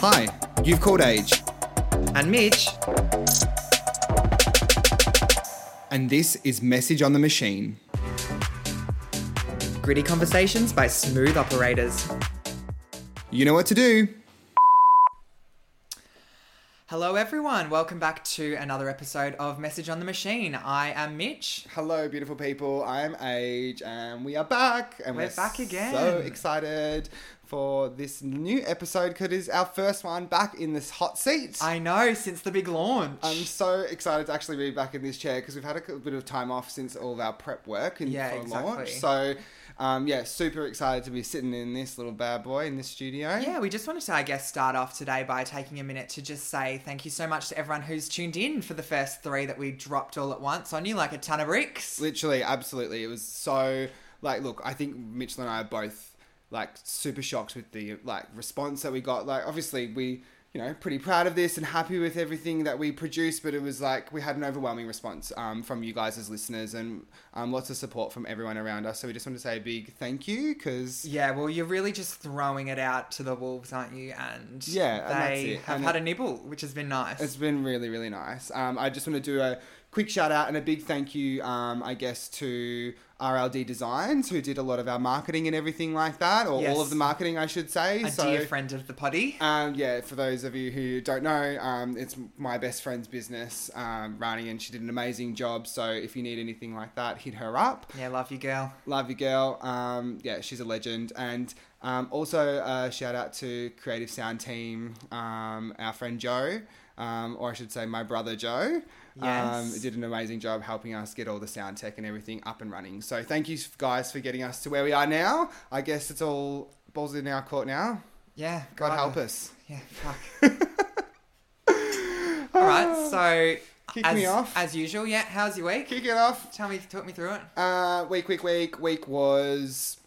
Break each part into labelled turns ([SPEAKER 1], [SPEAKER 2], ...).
[SPEAKER 1] Hi, you've called Age,
[SPEAKER 2] And Mitch,
[SPEAKER 1] and this is Message on the Machine.
[SPEAKER 2] gritty conversations by smooth operators.
[SPEAKER 1] You know what to do.
[SPEAKER 2] Hello, everyone. Welcome back to another episode of Message on the Machine. I am Mitch.
[SPEAKER 1] Hello, beautiful people. I'm Age, and we are back. And
[SPEAKER 2] We're back again.
[SPEAKER 1] So excited for this new episode because it is our first one back in this hot seat.
[SPEAKER 2] I know, since the big launch.
[SPEAKER 1] I'm so excited to actually be back in this chair because we've had a c- bit of time off since all of our prep work and
[SPEAKER 2] Yeah,
[SPEAKER 1] for
[SPEAKER 2] exactly.
[SPEAKER 1] launch. So, um, yeah, super excited to be sitting in this little bad boy in this studio.
[SPEAKER 2] yeah, we just wanted to, I guess, start off today by taking a minute to just say thank you so much to everyone who's tuned in for the first three that we dropped all at once on you like a ton of bricks.
[SPEAKER 1] Literally, absolutely. It was so like, look, I think Mitchell and I are both like super shocked with the like response that we got. Like, obviously, we you know pretty proud of this and happy with everything that we produced, but it was like we had an overwhelming response um, from you guys as listeners and um, lots of support from everyone around us. So we just want to say a big thank you because
[SPEAKER 2] Yeah, well, you're really just throwing it out to the wolves, aren't you? And
[SPEAKER 1] Yeah, and that's
[SPEAKER 2] they
[SPEAKER 1] it.
[SPEAKER 2] have
[SPEAKER 1] And
[SPEAKER 2] had
[SPEAKER 1] it-
[SPEAKER 2] a nibble, which has been nice.
[SPEAKER 1] It's been really, really nice. Um, I just want to do a quick shout out and a big thank you, um, I guess, to RLD Designs, who did a lot of our marketing and everything like that, or
[SPEAKER 2] Yes.
[SPEAKER 1] all of the marketing, I should say.
[SPEAKER 2] a
[SPEAKER 1] so,
[SPEAKER 2] dear friend of the potty.
[SPEAKER 1] um, yeah, for those of you who don't know, um, it's my best friend's business, um, Rani, and she did an amazing job. So if you need anything like that, hit her up.
[SPEAKER 2] Yeah, love you, girl.
[SPEAKER 1] Love you, girl. Um, yeah, she's a legend. And um, also, uh, shout out to Creative Sound Team, um, our friend Joe, um, or I should say, my brother Joe. Um,
[SPEAKER 2] Yes.
[SPEAKER 1] did an amazing job helping us get all the sound tech and everything up and running. So, thank you guys for getting us to where we are now. I guess it's all balls in our court now.
[SPEAKER 2] Yeah.
[SPEAKER 1] God help
[SPEAKER 2] it.
[SPEAKER 1] us.
[SPEAKER 2] Yeah, fuck. All right, so
[SPEAKER 1] Kick
[SPEAKER 2] as,
[SPEAKER 1] me off.
[SPEAKER 2] as usual, yeah. How's your week?
[SPEAKER 1] Kick it off.
[SPEAKER 2] Tell me, talk me through it.
[SPEAKER 1] Uh, week, week, week, week was.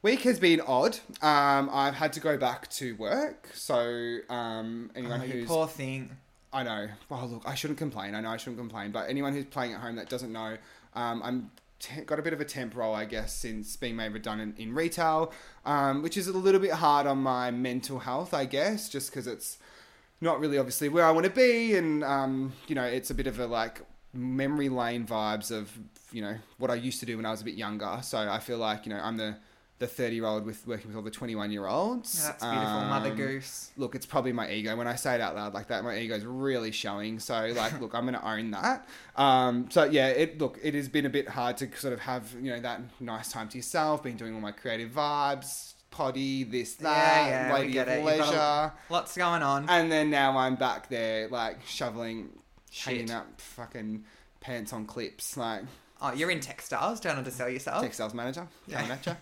[SPEAKER 1] Week has been odd. Um, I've had to go back to work, so um, anyone
[SPEAKER 2] Oh, you
[SPEAKER 1] who's
[SPEAKER 2] poor thing.
[SPEAKER 1] I know. Well, look, I shouldn't complain. I know I shouldn't complain, but anyone who's playing at home that doesn't know, um, I'm te- got a bit of a temp role, I guess, since being made redundant in retail, um, which is a little bit hard on my mental health, I guess, just because it's not really obviously where I want to be, and um, you know, it's a bit of a like memory lane vibes of you know what I used to do when I was a bit younger. So I feel like you know I'm the the 30 year old with working with all the Um, 21 year olds.
[SPEAKER 2] Yeah, that's beautiful, Mother Goose.
[SPEAKER 1] look, it's probably my ego. When I say it out loud like that, my ego's really showing. So, like, look, I'm going to own that. Um, so, yeah, it look, it has been a bit hard to sort of have, you know, that nice time to yourself, been doing all my creative vibes, potty, this, that,
[SPEAKER 2] yeah, we
[SPEAKER 1] lady
[SPEAKER 2] get
[SPEAKER 1] of
[SPEAKER 2] it. You've
[SPEAKER 1] leisure.
[SPEAKER 2] got a- Lots going on.
[SPEAKER 1] And then now I'm back there, like, shoveling,
[SPEAKER 2] Shit.
[SPEAKER 1] hanging up fucking pants on clips, like,
[SPEAKER 2] Oh, you're in textiles. Don't undersell yourself.
[SPEAKER 1] textiles manager,
[SPEAKER 2] Yeah.
[SPEAKER 1] coming at ya,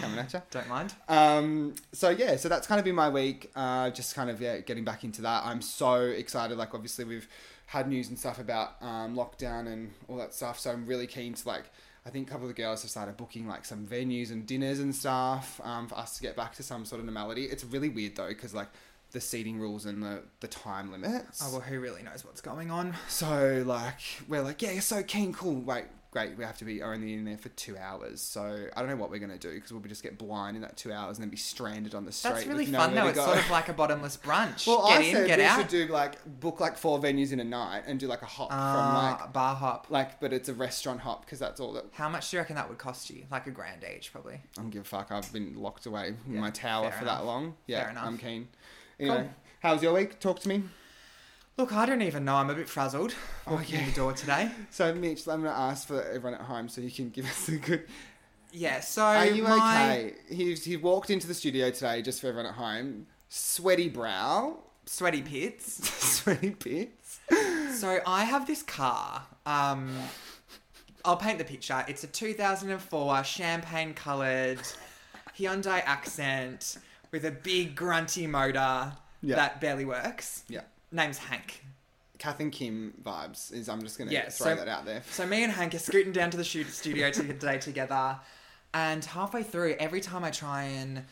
[SPEAKER 1] coming at ya.
[SPEAKER 2] Don't mind.
[SPEAKER 1] Um, so yeah, so that's kind of been my week. Uh, just kind of yeah, getting back into that. I'm so excited. Like obviously we've had news and stuff about um, lockdown and all that stuff. So I'm really keen to like. I think a couple of the girls have started booking like some venues and dinners and stuff um, for us to get back to some sort of normality. It's really weird though because like the seating rules and the the time limits.
[SPEAKER 2] Oh well, who really knows what's going on?
[SPEAKER 1] So like we're like yeah, so keen, cool. Wait, great. We have to be only in there for two hours. So I don't know what we're gonna do because we'll be just get blind in that two hours and then be stranded on the street.
[SPEAKER 2] That's really
[SPEAKER 1] with
[SPEAKER 2] fun
[SPEAKER 1] nowhere
[SPEAKER 2] though.
[SPEAKER 1] to
[SPEAKER 2] It's
[SPEAKER 1] go.
[SPEAKER 2] sort of like a bottomless brunch.
[SPEAKER 1] well,
[SPEAKER 2] get
[SPEAKER 1] I
[SPEAKER 2] in,
[SPEAKER 1] said
[SPEAKER 2] get
[SPEAKER 1] we
[SPEAKER 2] out.
[SPEAKER 1] should do like book like four venues in a night and do like a hop from
[SPEAKER 2] Ah,
[SPEAKER 1] like
[SPEAKER 2] bar hop.
[SPEAKER 1] like, but it's a restaurant hop because that's all that
[SPEAKER 2] How much do you reckon that would cost you? Like a grand each, probably.
[SPEAKER 1] I don't give a fuck. I've been locked away in
[SPEAKER 2] Yeah,
[SPEAKER 1] my tower
[SPEAKER 2] fair
[SPEAKER 1] for
[SPEAKER 2] enough.
[SPEAKER 1] that long. Yeah,
[SPEAKER 2] Fair enough.
[SPEAKER 1] I'm keen. Anyway,
[SPEAKER 2] Cool.
[SPEAKER 1] how was your week? Talk to me.
[SPEAKER 2] Look, I don't even know. I'm a bit frazzled
[SPEAKER 1] Oh,
[SPEAKER 2] walking in
[SPEAKER 1] yeah.
[SPEAKER 2] the door today.
[SPEAKER 1] So Mitch, I'm gonna ask for everyone at home so you can give us a good
[SPEAKER 2] Yeah, so
[SPEAKER 1] Are you
[SPEAKER 2] my-
[SPEAKER 1] okay? He's, he walked into the studio today, just for everyone at home. Sweaty brow,
[SPEAKER 2] sweaty pits.
[SPEAKER 1] sweaty bits.
[SPEAKER 2] So I have this car. Um, I'll paint the picture. It's a 2004 champagne coloured Hyundai Accent with a big grunty motor
[SPEAKER 1] Yeah.
[SPEAKER 2] that barely works.
[SPEAKER 1] Yeah.
[SPEAKER 2] Name's Hank.
[SPEAKER 1] Kath and Kim vibes is. I'm just gonna
[SPEAKER 2] Yeah,
[SPEAKER 1] throw
[SPEAKER 2] so-
[SPEAKER 1] that out there.
[SPEAKER 2] So me and Hank are scooting down to the shoot studio today together, and halfway through, every time I try and,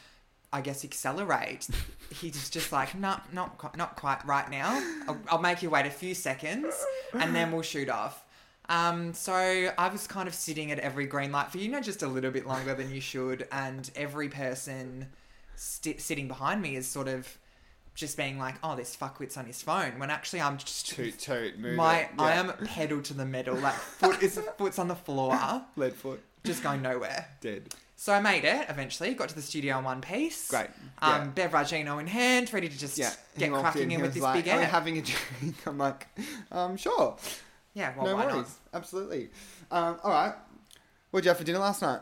[SPEAKER 2] I guess, accelerate, he's just like, no, not qui- not quite right now. I'll, I'll make you wait a few seconds, and then we'll shoot off. Um, so I was kind of sitting at every green light for you know just a little bit longer than you should, and every person sti sitting behind me is sort of just being like, oh, this fuckwit's on his phone, when actually I'm just
[SPEAKER 1] Toot toot. Move
[SPEAKER 2] my
[SPEAKER 1] it.
[SPEAKER 2] I
[SPEAKER 1] Yeah.
[SPEAKER 2] am pedal to the metal, like foot is foot's on the floor,
[SPEAKER 1] lead foot.
[SPEAKER 2] just going nowhere.
[SPEAKER 1] Dead.
[SPEAKER 2] So I made it eventually. Got to the studio in one piece.
[SPEAKER 1] Great.
[SPEAKER 2] Um, Bev Ragino in hand, ready to just
[SPEAKER 1] Yeah. He
[SPEAKER 2] get
[SPEAKER 1] walked
[SPEAKER 2] cracking in,
[SPEAKER 1] he
[SPEAKER 2] with
[SPEAKER 1] was
[SPEAKER 2] this
[SPEAKER 1] like,
[SPEAKER 2] big
[SPEAKER 1] "Are we
[SPEAKER 2] air.
[SPEAKER 1] having a drink. I'm like, um, sure.
[SPEAKER 2] yeah, well,
[SPEAKER 1] no
[SPEAKER 2] why
[SPEAKER 1] worries. Absolutely. Um, all right. What'd you have for dinner last night?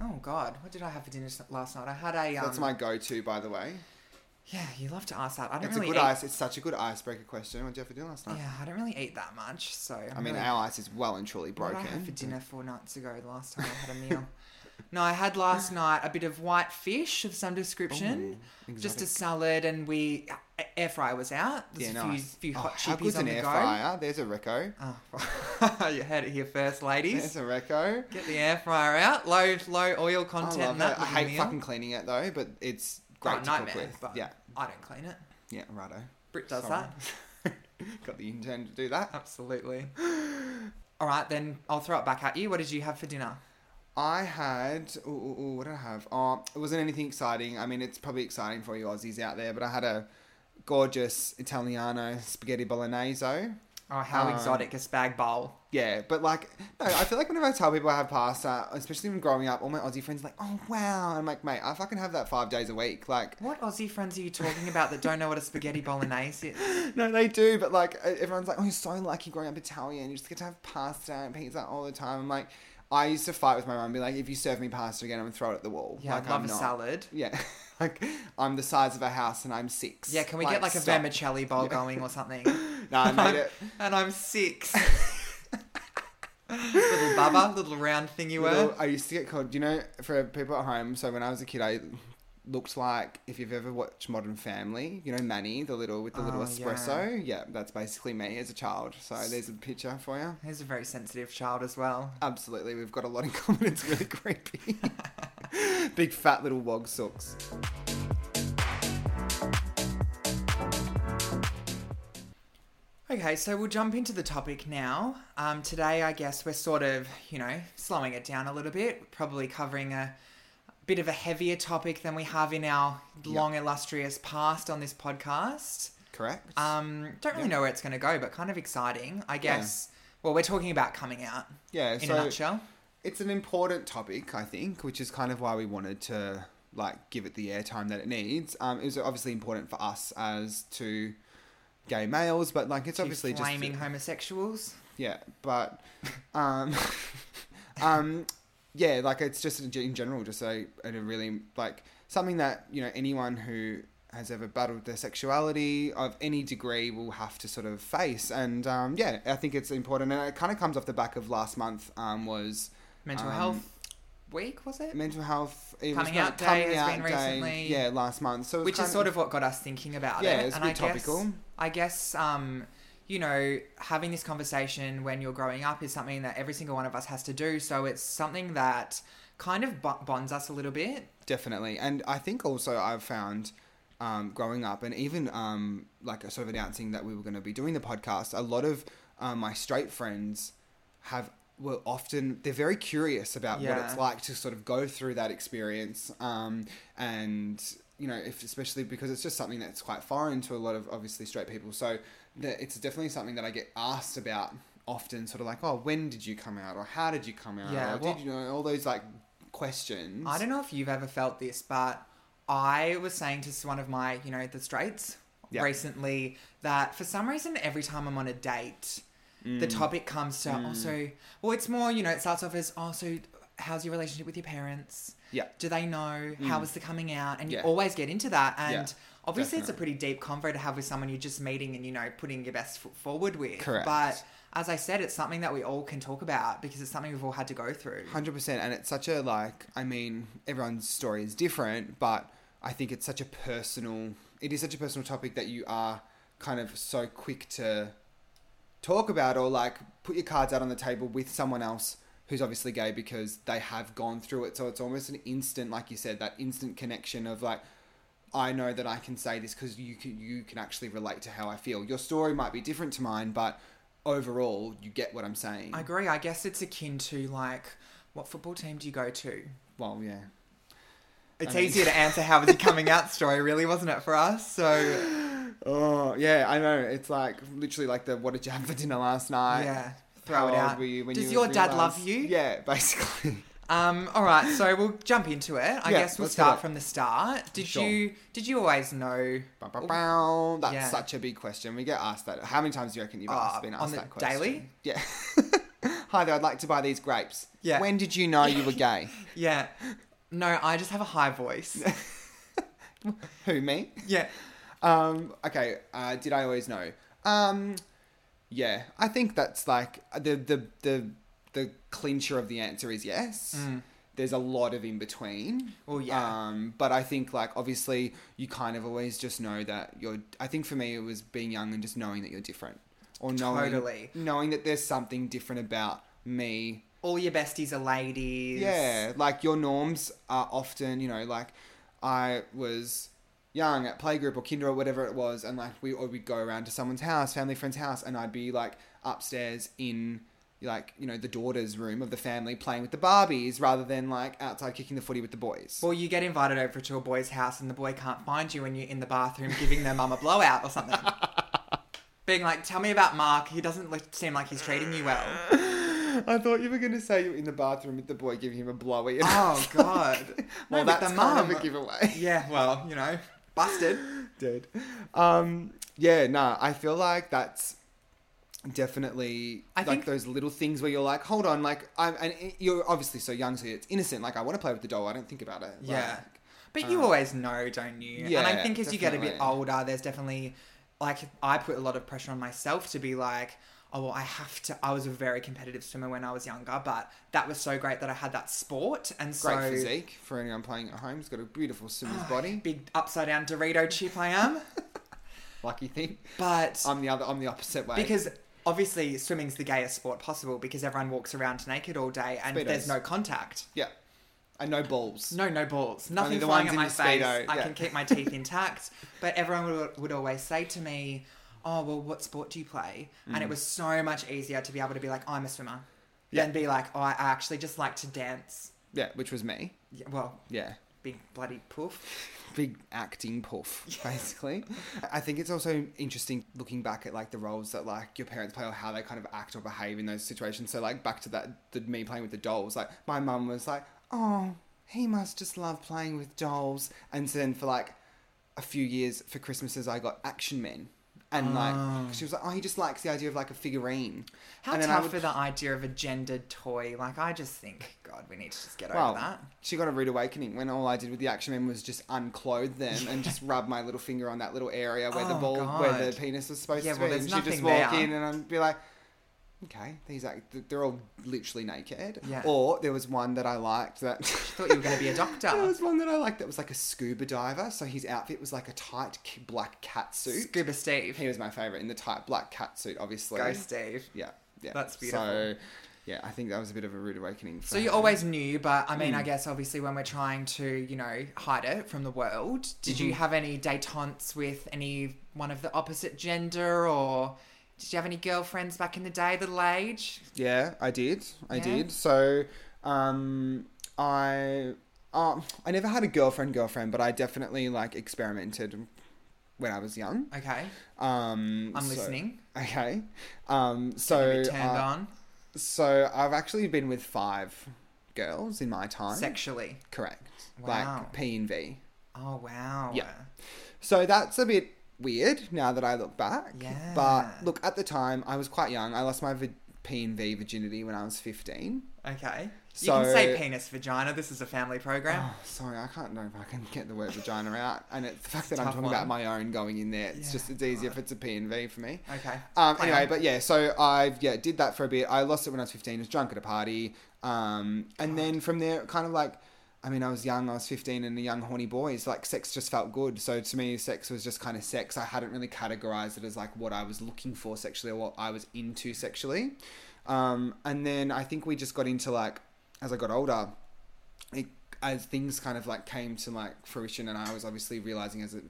[SPEAKER 2] not? Oh God, what did I have for dinner s- last night? I had a. Um,
[SPEAKER 1] That's my go-to, by the way.
[SPEAKER 2] Yeah, you love to ask that. I don't
[SPEAKER 1] It's
[SPEAKER 2] really.
[SPEAKER 1] a good
[SPEAKER 2] eat,
[SPEAKER 1] ice. It's such a good icebreaker question. What did you have for dinner last night?
[SPEAKER 2] Yeah, I don't really eat that much, so I'm
[SPEAKER 1] I mean,
[SPEAKER 2] really,
[SPEAKER 1] our ice is well and truly
[SPEAKER 2] what
[SPEAKER 1] broken.
[SPEAKER 2] did I had for dinner four nights ago. The last time I had a meal. no, I had last night a bit of white fish of some description.
[SPEAKER 1] Ooh,
[SPEAKER 2] just a
[SPEAKER 1] exotic.
[SPEAKER 2] salad, and we air fryer was out. There's
[SPEAKER 1] yeah,
[SPEAKER 2] a few,
[SPEAKER 1] nice.
[SPEAKER 2] few
[SPEAKER 1] Oh,
[SPEAKER 2] hot
[SPEAKER 1] how good's
[SPEAKER 2] chippies on
[SPEAKER 1] an
[SPEAKER 2] the
[SPEAKER 1] air
[SPEAKER 2] go.
[SPEAKER 1] fryer? There's a reco.
[SPEAKER 2] Oh, you heard it here first,
[SPEAKER 1] There's
[SPEAKER 2] ladies.
[SPEAKER 1] a reco.
[SPEAKER 2] Get the air fryer out. Low low oil
[SPEAKER 1] I
[SPEAKER 2] content.
[SPEAKER 1] love
[SPEAKER 2] in
[SPEAKER 1] it.
[SPEAKER 2] that
[SPEAKER 1] I
[SPEAKER 2] little
[SPEAKER 1] hate
[SPEAKER 2] meal.
[SPEAKER 1] fucking cleaning it though, but it's great
[SPEAKER 2] Oh,
[SPEAKER 1] to cook
[SPEAKER 2] nightmare,
[SPEAKER 1] with.
[SPEAKER 2] but-
[SPEAKER 1] Yeah,
[SPEAKER 2] I don't clean it.
[SPEAKER 1] yeah, righto.
[SPEAKER 2] Brit does
[SPEAKER 1] Sorry.
[SPEAKER 2] that.
[SPEAKER 1] Got the intern to do that.
[SPEAKER 2] Absolutely. All right, then I'll throw it back at you. What did you have for dinner?
[SPEAKER 1] I had, ooh, ooh, ooh, what did I have? Oh, it wasn't anything exciting. I mean, it's probably exciting for you Aussies out there, but I had a gorgeous Italiano spaghetti bolognese.
[SPEAKER 2] Oh, how
[SPEAKER 1] Um,
[SPEAKER 2] exotic a spag bowl.
[SPEAKER 1] Yeah, but like, no, I feel like whenever I tell people I have pasta, especially when growing up, all my Aussie friends are like, oh wow. I'm like, mate, I fucking have that five days a week. Like,
[SPEAKER 2] What Aussie friends are you talking about that don't know what a spaghetti bolognese is?
[SPEAKER 1] no, they do, but like, everyone's like, oh, you're so lucky growing up Italian. You just get to have pasta and pizza all the time. I'm like, I used to fight with my mum and be like, if you serve me pasta again, I'm gonna throw it at the wall.
[SPEAKER 2] Yeah,
[SPEAKER 1] like,
[SPEAKER 2] I love
[SPEAKER 1] I'm
[SPEAKER 2] a
[SPEAKER 1] not-
[SPEAKER 2] salad.
[SPEAKER 1] Yeah. Like, I'm the size of a house and I'm six.
[SPEAKER 2] Yeah, can we get like a
[SPEAKER 1] stop.
[SPEAKER 2] vermicelli bowl
[SPEAKER 1] Yeah.
[SPEAKER 2] going or something?
[SPEAKER 1] No, I made it.
[SPEAKER 2] and I'm six. little bubba, little round thing you
[SPEAKER 1] Little-
[SPEAKER 2] were.
[SPEAKER 1] I used to get called, you know, for people at home. So when I was a kid, I looked like if you've ever watched Modern Family, you know, Manny, the little with the little
[SPEAKER 2] Oh, yeah.
[SPEAKER 1] espresso. Yeah. that's basically me as a child. So there's a picture for you.
[SPEAKER 2] He's a very sensitive child as well.
[SPEAKER 1] Absolutely, we've got a lot in common. It's really creepy. Big fat little wog socks.
[SPEAKER 2] Okay, so we'll jump into the topic now. Um, today, I guess we're sort of, you know, slowing it down a little bit, probably covering a bit of a heavier topic than we have in our
[SPEAKER 1] Yeah.
[SPEAKER 2] long, illustrious past on this podcast.
[SPEAKER 1] Correct.
[SPEAKER 2] Um, don't really
[SPEAKER 1] Yeah.
[SPEAKER 2] know where it's going to go, but kind of exciting, I guess. Well, we're talking about coming out
[SPEAKER 1] yeah.
[SPEAKER 2] in
[SPEAKER 1] so
[SPEAKER 2] a nutshell.
[SPEAKER 1] it's an important topic, I think, which is kind of why we wanted to like give it the airtime that it needs. Um, it was obviously important for us as two gay males, but like it's
[SPEAKER 2] Two
[SPEAKER 1] obviously just
[SPEAKER 2] flaming homosexuals.
[SPEAKER 1] yeah, but um, um, yeah, like it's just in gen- in general, just a, a really like something that you know anyone who has ever battled their sexuality of any degree will have to sort of face, and um, yeah, I think it's important, and it kind of comes off the back of last month um, was
[SPEAKER 2] Mental
[SPEAKER 1] Um,
[SPEAKER 2] health week, was it?
[SPEAKER 1] mental health it
[SPEAKER 2] Coming
[SPEAKER 1] not-
[SPEAKER 2] out day has been recently.
[SPEAKER 1] yeah last month so it was
[SPEAKER 2] Which is
[SPEAKER 1] kind
[SPEAKER 2] sort of what got us thinking about
[SPEAKER 1] yeah
[SPEAKER 2] it.
[SPEAKER 1] it's
[SPEAKER 2] and
[SPEAKER 1] pretty
[SPEAKER 2] I guess-
[SPEAKER 1] topical
[SPEAKER 2] I guess, um, you know, having this conversation when you're growing up is something that every single one of us has to do. So it's something that kind of bo- bonds us a little bit.
[SPEAKER 1] definitely and i think also i've found um, growing up and even um, like sort of announcing that we were going to be doing the podcast a lot of um, my straight friends have were often they're very curious about what it's
[SPEAKER 2] Yeah.
[SPEAKER 1] like to sort of go through that experience um, and you know if especially because it's just something that's quite foreign to a lot of obviously straight people so that it's definitely something that i get asked about often sort of like oh when did you come out or how did you come out
[SPEAKER 2] Yeah,
[SPEAKER 1] or
[SPEAKER 2] what-
[SPEAKER 1] did you know all those like questions
[SPEAKER 2] I don't know if you've ever felt this, but I was saying to one of my, you know, the straights
[SPEAKER 1] Yeah.
[SPEAKER 2] recently that for some reason, every time I'm on a date, the
[SPEAKER 1] Mm.
[SPEAKER 2] topic comes to also, well, it's more, you know, it starts off as, oh, so how's your relationship with your parents?
[SPEAKER 1] Yeah.
[SPEAKER 2] Do they know? How was the coming out? And
[SPEAKER 1] Mm. Yeah.
[SPEAKER 2] you always get into that. And
[SPEAKER 1] Yeah,
[SPEAKER 2] obviously, it's a pretty deep convo to have with someone you're just meeting and, you know, putting your best foot forward with.
[SPEAKER 1] Correct.
[SPEAKER 2] But as I said, it's something that we all can talk about because it's something we've all had to go through.
[SPEAKER 1] Hundred percent, and it's such a like. I mean, everyone's story is different, but I think it's such a personal. It is such a personal topic that you are kind of so quick to talk about, or like put your cards out on the table with someone else who's obviously gay because they have gone through it. So it's almost an instant, like you said, that instant connection of like. I know that I can say this because you can you can actually relate to how I feel. Your story might be different to mine, but overall, you get what I'm saying.
[SPEAKER 2] I agree. I guess it's akin to like, what football team do you go to?
[SPEAKER 1] Well, yeah.
[SPEAKER 2] It's
[SPEAKER 1] I mean-
[SPEAKER 2] easier to answer how was your coming out story, really, wasn't it, for us? So,
[SPEAKER 1] Oh yeah, I know. It's like literally like the what did you have for dinner last night?
[SPEAKER 2] yeah,
[SPEAKER 1] How
[SPEAKER 2] throw it
[SPEAKER 1] old
[SPEAKER 2] out.
[SPEAKER 1] were you when
[SPEAKER 2] Does
[SPEAKER 1] you
[SPEAKER 2] your
[SPEAKER 1] were
[SPEAKER 2] dad
[SPEAKER 1] realised-
[SPEAKER 2] love you?
[SPEAKER 1] Yeah, basically.
[SPEAKER 2] Um, all right, so we'll jump into it. I
[SPEAKER 1] Yeah,
[SPEAKER 2] guess we'll
[SPEAKER 1] let's do
[SPEAKER 2] start
[SPEAKER 1] it.
[SPEAKER 2] from the start. Did
[SPEAKER 1] Sure.
[SPEAKER 2] you did you always know
[SPEAKER 1] Bow, bow, bow. That's
[SPEAKER 2] Yeah.
[SPEAKER 1] such a big question. We get asked that. How many times do you reckon you've
[SPEAKER 2] Uh,
[SPEAKER 1] asked, been asked
[SPEAKER 2] on the
[SPEAKER 1] that question?
[SPEAKER 2] daily?
[SPEAKER 1] Yeah. Hi there. I'd like to buy these grapes.
[SPEAKER 2] Yeah.
[SPEAKER 1] When did you know you were gay?
[SPEAKER 2] Yeah. No, I just have a high voice.
[SPEAKER 1] Who me?
[SPEAKER 2] yeah.
[SPEAKER 1] Um, okay. Uh, did I always know? Um, yeah. I think that's like the the the the clincher of the answer is yes. There's a lot of in between.
[SPEAKER 2] Well, Mm. Oh, yeah.
[SPEAKER 1] Um, but I think like obviously you kind of always just know that you're. I think for me it was being young and just knowing that you're different, or knowing
[SPEAKER 2] Totally.
[SPEAKER 1] knowing that there's something different about me.
[SPEAKER 2] All your besties are ladies.
[SPEAKER 1] Yeah, like your norms are often you know like I was young at playgroup or kinder or whatever it was, and like we or we'd go around to someone's house, family friend's house, and I'd be like upstairs in. Like you know, the daughter's room of the family playing with the Barbies, rather than like outside kicking the footy with the boys.
[SPEAKER 2] Well, you get invited over to a boy's house and the boy can't find you when you're in the bathroom giving their mum a blowout or something. Being like, tell me about Mark. He doesn't look, seem like he's treating you well.
[SPEAKER 1] I thought you were going to say you were in the bathroom with the boy giving him a blowy. And I
[SPEAKER 2] Oh,
[SPEAKER 1] was like,
[SPEAKER 2] God.
[SPEAKER 1] well,
[SPEAKER 2] No, with
[SPEAKER 1] that's kind
[SPEAKER 2] mum.
[SPEAKER 1] of a giveaway,
[SPEAKER 2] Yeah, well, you know, busted.
[SPEAKER 1] dude. Um, yeah, nah, I feel like that's definitely
[SPEAKER 2] I
[SPEAKER 1] like
[SPEAKER 2] think-
[SPEAKER 1] those little things where you're like, hold on, like I'm, and it- you're obviously so young, so it's innocent. Like I want to play with the doll. I don't think about it.
[SPEAKER 2] Yeah.
[SPEAKER 1] Like,
[SPEAKER 2] But you
[SPEAKER 1] Um,
[SPEAKER 2] always know, don't you? and I
[SPEAKER 1] yeah,
[SPEAKER 2] think as you get a bit
[SPEAKER 1] definitely.
[SPEAKER 2] older, there's definitely like I put a lot of pressure on myself to be like, oh well, I have to. I was a very competitive swimmer when I was younger, but that was so great that I had that sport, and so
[SPEAKER 1] great physique for anyone playing at home. He's got a beautiful swimmer's body.
[SPEAKER 2] big upside down Dorito chip I am.
[SPEAKER 1] Lucky thing.
[SPEAKER 2] But
[SPEAKER 1] I'm the other. I'm the opposite way.
[SPEAKER 2] because obviously swimming's the gayest sport possible because everyone walks around naked all day and
[SPEAKER 1] Speedos.
[SPEAKER 2] there's no contact.
[SPEAKER 1] yeah, I know balls.
[SPEAKER 2] No, no balls. Nothing
[SPEAKER 1] the
[SPEAKER 2] flying
[SPEAKER 1] ones
[SPEAKER 2] at
[SPEAKER 1] in
[SPEAKER 2] my
[SPEAKER 1] the
[SPEAKER 2] face.
[SPEAKER 1] Speedo,
[SPEAKER 2] I
[SPEAKER 1] yeah.
[SPEAKER 2] can keep my teeth intact. But everyone would, would always say to me, "Oh, well, what sport do you play?" And it was so much easier to be able to be like, oh, "I'm a swimmer,"
[SPEAKER 1] Mm. Yeah.
[SPEAKER 2] than be like, "Oh, I I actually just like to dance."
[SPEAKER 1] Yeah, which was me.
[SPEAKER 2] Yeah, well,
[SPEAKER 1] Yeah.
[SPEAKER 2] big bloody poof.
[SPEAKER 1] big acting puff, basically. I think it's also interesting looking back at like the roles that like your parents play or how they kind of act or behave in those situations. So like back to that, the, me playing with the dolls. Like my mum was like, "Oh, he must just love playing with dolls." And so then for like a few years for Christmases, I got Action Men. And like
[SPEAKER 2] Oh.
[SPEAKER 1] she was like, "Oh, he just likes the idea of like a figurine."
[SPEAKER 2] How
[SPEAKER 1] And then I
[SPEAKER 2] tough
[SPEAKER 1] would-
[SPEAKER 2] for the idea of a gendered toy. Like, I just think, God, we need to just get
[SPEAKER 1] Well,
[SPEAKER 2] over that.
[SPEAKER 1] She got a rude awakening when all I did with the action men was just unclothe them and just rub my little finger on that little area where the
[SPEAKER 2] Oh,
[SPEAKER 1] ball,
[SPEAKER 2] God.
[SPEAKER 1] where the penis was supposed
[SPEAKER 2] Yeah,
[SPEAKER 1] to
[SPEAKER 2] well,
[SPEAKER 1] be.
[SPEAKER 2] there's
[SPEAKER 1] And she'd just
[SPEAKER 2] nothing
[SPEAKER 1] walk
[SPEAKER 2] there.
[SPEAKER 1] in and I'd be like, okay, these are, th- they're all literally naked.
[SPEAKER 2] Yeah.
[SPEAKER 1] Or there was one that I liked that.
[SPEAKER 2] Thought you were going to be a doctor.
[SPEAKER 1] There was one that I liked that was like a scuba diver. So his outfit was like a tight k- black cat suit.
[SPEAKER 2] Scuba Steve.
[SPEAKER 1] He was my favourite in the tight black cat suit, obviously.
[SPEAKER 2] Go, Steve.
[SPEAKER 1] Yeah. Yeah.
[SPEAKER 2] That's beautiful.
[SPEAKER 1] So, yeah, I think that was a bit of a rude awakening. For
[SPEAKER 2] So you
[SPEAKER 1] her.
[SPEAKER 2] always knew, but I
[SPEAKER 1] Hmm.
[SPEAKER 2] mean, I guess obviously when we're trying to, you know, hide it from the world, did
[SPEAKER 1] Mm-hmm.
[SPEAKER 2] you have any détentes with any one of the opposite gender, or did you have any girlfriends back in the day, little age?
[SPEAKER 1] Yeah, I did. I
[SPEAKER 2] Yeah?
[SPEAKER 1] did. So, um, I, um, I never had a girlfriend, girlfriend, but I definitely like experimented when I was young.
[SPEAKER 2] Okay,
[SPEAKER 1] Um,
[SPEAKER 2] I'm
[SPEAKER 1] so-
[SPEAKER 2] listening.
[SPEAKER 1] Okay. Um,
[SPEAKER 2] Getting a
[SPEAKER 1] so,
[SPEAKER 2] bit turned
[SPEAKER 1] uh,
[SPEAKER 2] on
[SPEAKER 1] so I've actually been with five girls in my time.
[SPEAKER 2] sexually.
[SPEAKER 1] Correct.
[SPEAKER 2] Wow.
[SPEAKER 1] Like P and V.
[SPEAKER 2] Oh wow.
[SPEAKER 1] Yeah. So that's a bit weird now that I look back.
[SPEAKER 2] Yeah.
[SPEAKER 1] But look, at the time I was quite young. I lost my vi- P and V virginity when I was fifteen.
[SPEAKER 2] Okay. you
[SPEAKER 1] So-
[SPEAKER 2] can say penis, vagina. This is a family program.
[SPEAKER 1] Oh, sorry, I can't know if I can get the word vagina out. And it's the fact that
[SPEAKER 2] a
[SPEAKER 1] I'm
[SPEAKER 2] tough
[SPEAKER 1] talking
[SPEAKER 2] one.
[SPEAKER 1] about my own going in there. It's
[SPEAKER 2] Yeah,
[SPEAKER 1] just it's easier if it's a P and V for me.
[SPEAKER 2] Okay.
[SPEAKER 1] Um,
[SPEAKER 2] Play
[SPEAKER 1] anyway,
[SPEAKER 2] on.
[SPEAKER 1] but yeah, so I've yeah did that for a bit. I lost it when I was 15. Was drunk at a party, um, and then from there, kind of like, I mean, I was young. I was 15 and a young horny boy. So like, sex just felt good. So to me, sex was just kind of sex. I hadn't really categorized it as like what I was looking for sexually or what I was into sexually. Um, and then I think we just got into like as I got older, it, as things kind of like came to like fruition, and I was obviously realizing as it,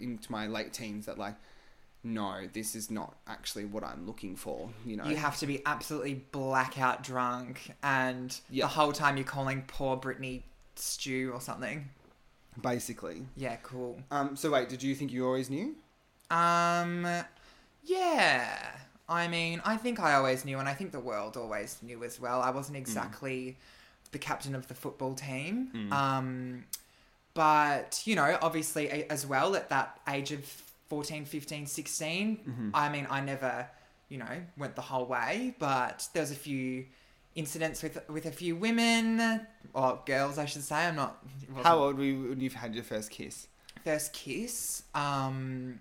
[SPEAKER 1] into my late teens that like, no, this is not actually what I'm looking for. You know,
[SPEAKER 2] You have to be absolutely blackout drunk, and
[SPEAKER 1] Yeah.
[SPEAKER 2] the whole time you're calling poor Brittany stew or something.
[SPEAKER 1] basically.
[SPEAKER 2] Yeah, cool.
[SPEAKER 1] Um, so wait, did you think you always knew?
[SPEAKER 2] Um, yeah. I mean, I think I always knew, and I think the world always knew as well. I wasn't exactly the captain of the football team. Um, but, you know, obviously, a- as well, at that age of 14, 15, 16, I mean, I never, you know, went the whole way, but there was a few incidents with with a few women or girls I should say I'm not it wasn't-
[SPEAKER 1] How old were you when you've had your first kiss?
[SPEAKER 2] first kiss um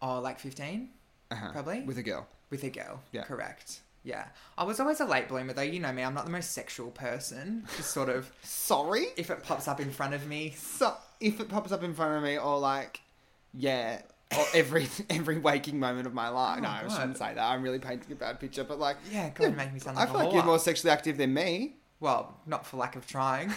[SPEAKER 2] or like 15
[SPEAKER 1] Uh-huh.
[SPEAKER 2] Probably.
[SPEAKER 1] with a girl.
[SPEAKER 2] with a girl
[SPEAKER 1] Yeah.
[SPEAKER 2] correct yeah i was always a late bloomer though you know me i'm not the most sexual person just sort of
[SPEAKER 1] Sorry.
[SPEAKER 2] if it pops up in front of me
[SPEAKER 1] So if it pops up in front of me, or like, yeah, or every every waking moment of my life.
[SPEAKER 2] Oh,
[SPEAKER 1] no, I
[SPEAKER 2] God.
[SPEAKER 1] shouldn't say that. I'm really painting a bad picture, but like,
[SPEAKER 2] yeah god you make me sound
[SPEAKER 1] I
[SPEAKER 2] like
[SPEAKER 1] feel
[SPEAKER 2] a
[SPEAKER 1] like
[SPEAKER 2] whore.
[SPEAKER 1] you're more sexually active than me.
[SPEAKER 2] well not for lack of trying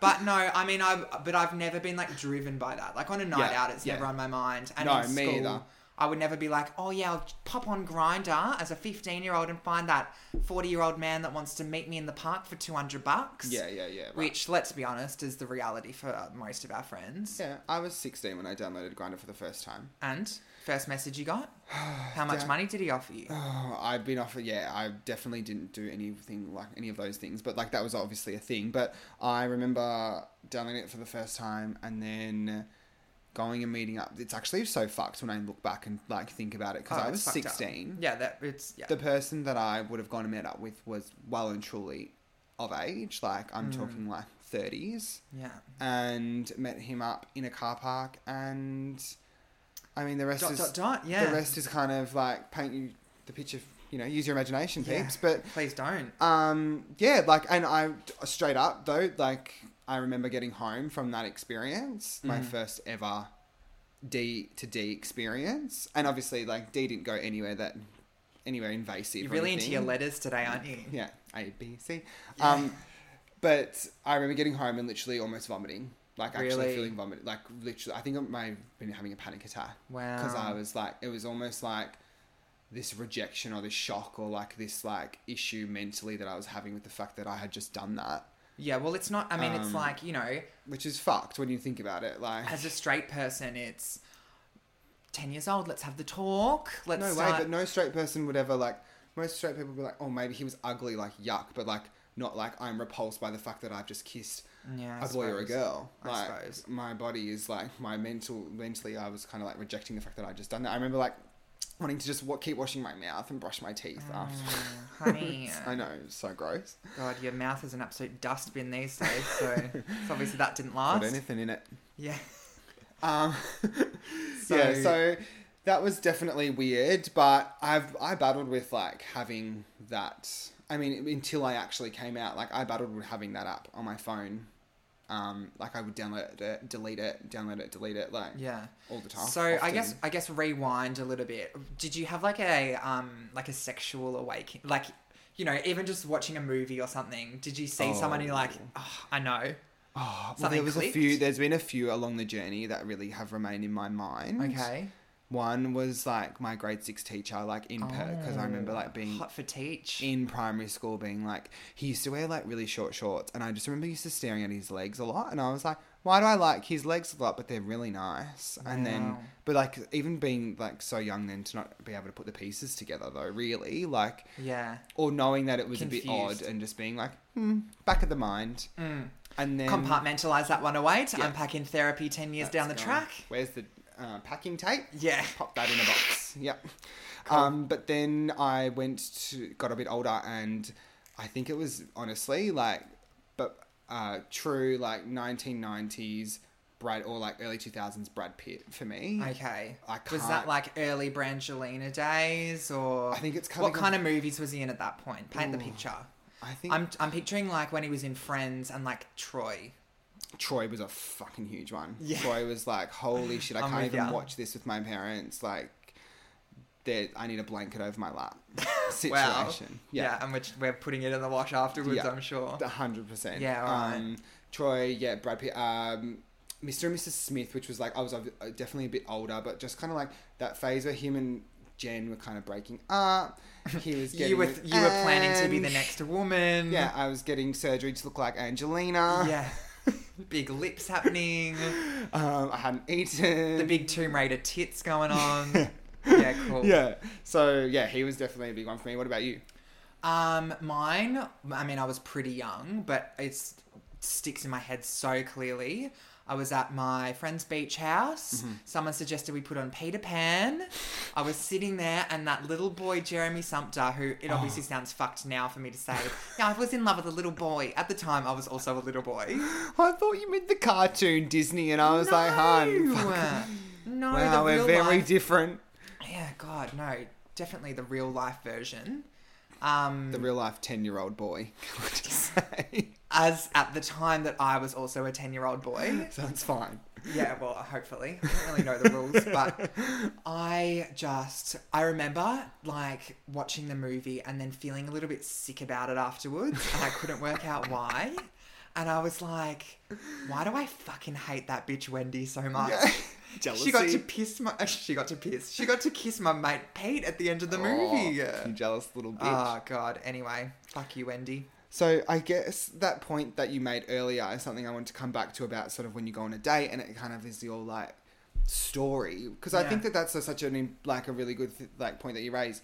[SPEAKER 2] but no i mean i but i've never been like driven by that like on a night
[SPEAKER 1] Yeah,
[SPEAKER 2] out it's
[SPEAKER 1] yeah.
[SPEAKER 2] never on my mind and
[SPEAKER 1] No,
[SPEAKER 2] in
[SPEAKER 1] me
[SPEAKER 2] school,
[SPEAKER 1] either.
[SPEAKER 2] I would never be like, oh yeah, I'll pop on Grinder as a 15 year old and find that 40 year old man that wants to meet me in the park for 200 bucks.
[SPEAKER 1] Yeah, yeah, yeah. Right.
[SPEAKER 2] Which, let's be honest, is the reality for most of our friends.
[SPEAKER 1] Yeah, I was 16 when I downloaded Grinder for the first time.
[SPEAKER 2] And first message you got? How much
[SPEAKER 1] Dad.
[SPEAKER 2] money did he offer you?
[SPEAKER 1] Oh, I've been off. Yeah, I definitely didn't do anything like any of those things, but like that was obviously a thing. But I remember downloading it for the first time and then going and meeting up. It's actually so fucked when I look back and like think about it because
[SPEAKER 2] Oh,
[SPEAKER 1] I was
[SPEAKER 2] it's fucked up.
[SPEAKER 1] 16.
[SPEAKER 2] Yeah, that it's yeah.
[SPEAKER 1] The person that I would have gone and met up with was well and truly of age. Like
[SPEAKER 2] Mm.
[SPEAKER 1] I'm talking like 30s,
[SPEAKER 2] yeah.
[SPEAKER 1] and met him up in a car park. And I mean, the rest
[SPEAKER 2] Dot
[SPEAKER 1] is
[SPEAKER 2] dot dot. Yeah.
[SPEAKER 1] the rest is kind of like paint you the picture. You know, use your imagination,
[SPEAKER 2] Yeah.
[SPEAKER 1] peeps.
[SPEAKER 2] Please don't.
[SPEAKER 1] But um, yeah, like, and I straight up though, like, I remember getting home from that experience, my
[SPEAKER 2] Mm.
[SPEAKER 1] first ever D to D experience, and obviously, like, D didn't go anywhere that anywhere invasive.
[SPEAKER 2] You're
[SPEAKER 1] or
[SPEAKER 2] really into your
[SPEAKER 1] anything.
[SPEAKER 2] letters today, aren't you?
[SPEAKER 1] Yeah, A B C. Um, but I remember getting home and literally almost vomiting. Like actually
[SPEAKER 2] Really?
[SPEAKER 1] feeling vomit. Like literally, I think I might have been having a panic attack
[SPEAKER 2] Wow.
[SPEAKER 1] because I was like, it was almost like this rejection or this shock or like this like issue mentally that I was having with the fact that I had just done that,
[SPEAKER 2] Yeah. Well, it's not. I mean, it's
[SPEAKER 1] Um,
[SPEAKER 2] like you know,
[SPEAKER 1] which is fucked when you think about it. Like,
[SPEAKER 2] as a straight person, it's ten years old. Let's have the talk. Let's
[SPEAKER 1] no way,
[SPEAKER 2] start.
[SPEAKER 1] but no straight person would ever like. Most straight people would be like, oh, maybe he was ugly, like yuck, but like not like I'm repulsed by the fact that I've just kissed
[SPEAKER 2] yeah. I
[SPEAKER 1] a boy or a
[SPEAKER 2] suppose. Mm,
[SPEAKER 1] girl.
[SPEAKER 2] I
[SPEAKER 1] Like
[SPEAKER 2] suppose.
[SPEAKER 1] my body is like my mental mentally I was kind of like rejecting the fact that I just done that. I remember like wanting to just wa- keep washing my mouth and brush my teeth after.
[SPEAKER 2] Mm, honey.
[SPEAKER 1] I know, it's so gross.
[SPEAKER 2] God, your mouth is an absolute dustbin these days. So, so obviously that didn't
[SPEAKER 1] Got
[SPEAKER 2] last.
[SPEAKER 1] anything in it.
[SPEAKER 2] Yeah.
[SPEAKER 1] Um,
[SPEAKER 2] So-
[SPEAKER 1] yeah, so that was definitely weird, but I've I battled with like having that. I mean, until I actually came out, like I battled with having that app on my phone. Um, like I would download it, delete it, download it, delete it, like
[SPEAKER 2] Yeah.
[SPEAKER 1] all the time.
[SPEAKER 2] So I guess
[SPEAKER 1] often.
[SPEAKER 2] I guess rewind a little bit. Did you have like a um like a sexual awakening? Like you know, even just watching a movie or something, did you see someone and you're like, oh, I know.
[SPEAKER 1] Oh, well,
[SPEAKER 2] Something
[SPEAKER 1] there was a
[SPEAKER 2] clicked?
[SPEAKER 1] few. There's been a few along the journey that really have remained in my mind.
[SPEAKER 2] Okay.
[SPEAKER 1] One was like my grade six teacher, like in Perth, because I remember like being
[SPEAKER 2] hot for teach.
[SPEAKER 1] in primary school, being like he used to wear like really short shorts, and I just remember used to staring at his legs a lot, and I was like, why do I like his legs a lot? But they're really nice. And then,
[SPEAKER 2] Wow.
[SPEAKER 1] but like even being like so young, then to not be able to put the pieces together though, really like.
[SPEAKER 2] Yeah.
[SPEAKER 1] Or knowing that it was a bit odd
[SPEAKER 2] Confused.
[SPEAKER 1] and just being like, hmm, back of the mind.
[SPEAKER 2] Mm.
[SPEAKER 1] And then
[SPEAKER 2] Compartmentalize that one away to
[SPEAKER 1] Yeah.
[SPEAKER 2] unpack in therapy ten years
[SPEAKER 1] That's
[SPEAKER 2] down the
[SPEAKER 1] gone.
[SPEAKER 2] track.
[SPEAKER 1] Where's the uh, packing tape?
[SPEAKER 2] Yeah.
[SPEAKER 1] Pop that in a box. Yep. Um, but then I went to got a bit older, and I think it was honestly like, but uh, true like 1990s Brad or like early 2000s Brad Pitt for me. I,
[SPEAKER 2] Okay.
[SPEAKER 1] can't.
[SPEAKER 2] Was that like early Brangelina days or
[SPEAKER 1] I think it's
[SPEAKER 2] what
[SPEAKER 1] coming
[SPEAKER 2] kind
[SPEAKER 1] up-
[SPEAKER 2] of movies was he in at that point? Paint the
[SPEAKER 1] Ooh.
[SPEAKER 2] picture.
[SPEAKER 1] I think
[SPEAKER 2] I'm I'm picturing like when he was in Friends and like Troy.
[SPEAKER 1] Troy was a fucking huge one.
[SPEAKER 2] Yeah.
[SPEAKER 1] Troy was like, holy shit, I
[SPEAKER 2] I'm
[SPEAKER 1] can't
[SPEAKER 2] with
[SPEAKER 1] even
[SPEAKER 2] ya.
[SPEAKER 1] watch this with my parents. Like, there, I need a blanket over my lap. Situation.
[SPEAKER 2] Wow.
[SPEAKER 1] Yeah.
[SPEAKER 2] Yeah, and which we're putting it in the wash afterwards,
[SPEAKER 1] Yeah.
[SPEAKER 2] I'm sure.
[SPEAKER 1] A hundred percent.
[SPEAKER 2] Yeah, alright.
[SPEAKER 1] Um, Troy. Yeah, Brad Pitt. Um, Mr. and Mrs. Smith, which was like I was ob- definitely a bit older, but just kind of like that phase where him and Jen were kind of breaking up. He was getting
[SPEAKER 2] You were
[SPEAKER 1] with
[SPEAKER 2] you were planning to be the
[SPEAKER 1] Ange.
[SPEAKER 2] next woman.
[SPEAKER 1] Yeah, I was getting surgery to look like Angelina.
[SPEAKER 2] Yeah. big lips happening,
[SPEAKER 1] Um, I hadn't eaten.
[SPEAKER 2] the big Tomb Raider tits going on. yeah, cool.
[SPEAKER 1] Yeah. So yeah, he was definitely a big one for me. What about you?
[SPEAKER 2] Um, mine, I mean, I was pretty young, but it sticks in my head so clearly. I was at my friend's beach house.
[SPEAKER 1] Mm-hmm.
[SPEAKER 2] Someone suggested we put on Peter Pan. I was sitting there, and that little boy, Jeremy Sumpter, who it obviously sounds fucked now for me to say, yeah, I was in love with a little boy. At the time, I was also a little boy.
[SPEAKER 1] I thought you meant the cartoon Disney, and I was like, "Hun, fuck,
[SPEAKER 2] No,
[SPEAKER 1] wow,
[SPEAKER 2] the
[SPEAKER 1] we're
[SPEAKER 2] real
[SPEAKER 1] very
[SPEAKER 2] life.
[SPEAKER 1] different."
[SPEAKER 2] yeah, God, no, definitely the real life version. Um,
[SPEAKER 1] The real life ten-year-old boy. Can I just say?
[SPEAKER 2] as at the time that I was also a ten-year-old boy.
[SPEAKER 1] so it's fine.
[SPEAKER 2] Yeah, well, hopefully. I don't really know the rules, but
[SPEAKER 1] uh,
[SPEAKER 2] I just, I remember like watching the movie and then feeling a little bit sick about it afterwards. And I couldn't work out why. And I was like, why do I fucking hate that bitch Wendy so much?
[SPEAKER 1] Jealousy.
[SPEAKER 2] She got to piss my, uh, she got to piss, she got to kiss my mate Pete at the end of the movie.
[SPEAKER 1] Oh, you jealous little bitch.
[SPEAKER 2] Oh, God. Anyway, fuck you, Wendy.
[SPEAKER 1] Ah, So I guess that point that you made earlier is something I want to come back to about sort of when you go on a date and it kind of is your like story because I
[SPEAKER 2] Yeah.
[SPEAKER 1] think that that's a, such an like a really good th- like point that you raise.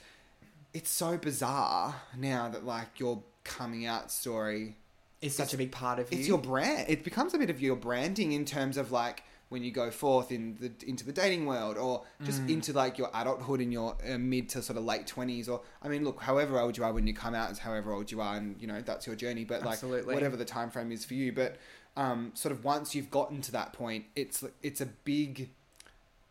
[SPEAKER 1] It's so bizarre now that like your coming out story
[SPEAKER 2] Is such a big part of you.
[SPEAKER 1] it's your brand it becomes a bit of your branding in terms of like when you go forth in the into the dating world or just
[SPEAKER 2] Mm.
[SPEAKER 1] into like your adulthood in your uh, mid to sort of late 20s or i mean look however old you are when you come out is however old you are and you know that's your journey but like
[SPEAKER 2] Absolutely.
[SPEAKER 1] whatever the time frame is for you but um, sort of once you've gotten to that point it's it's a big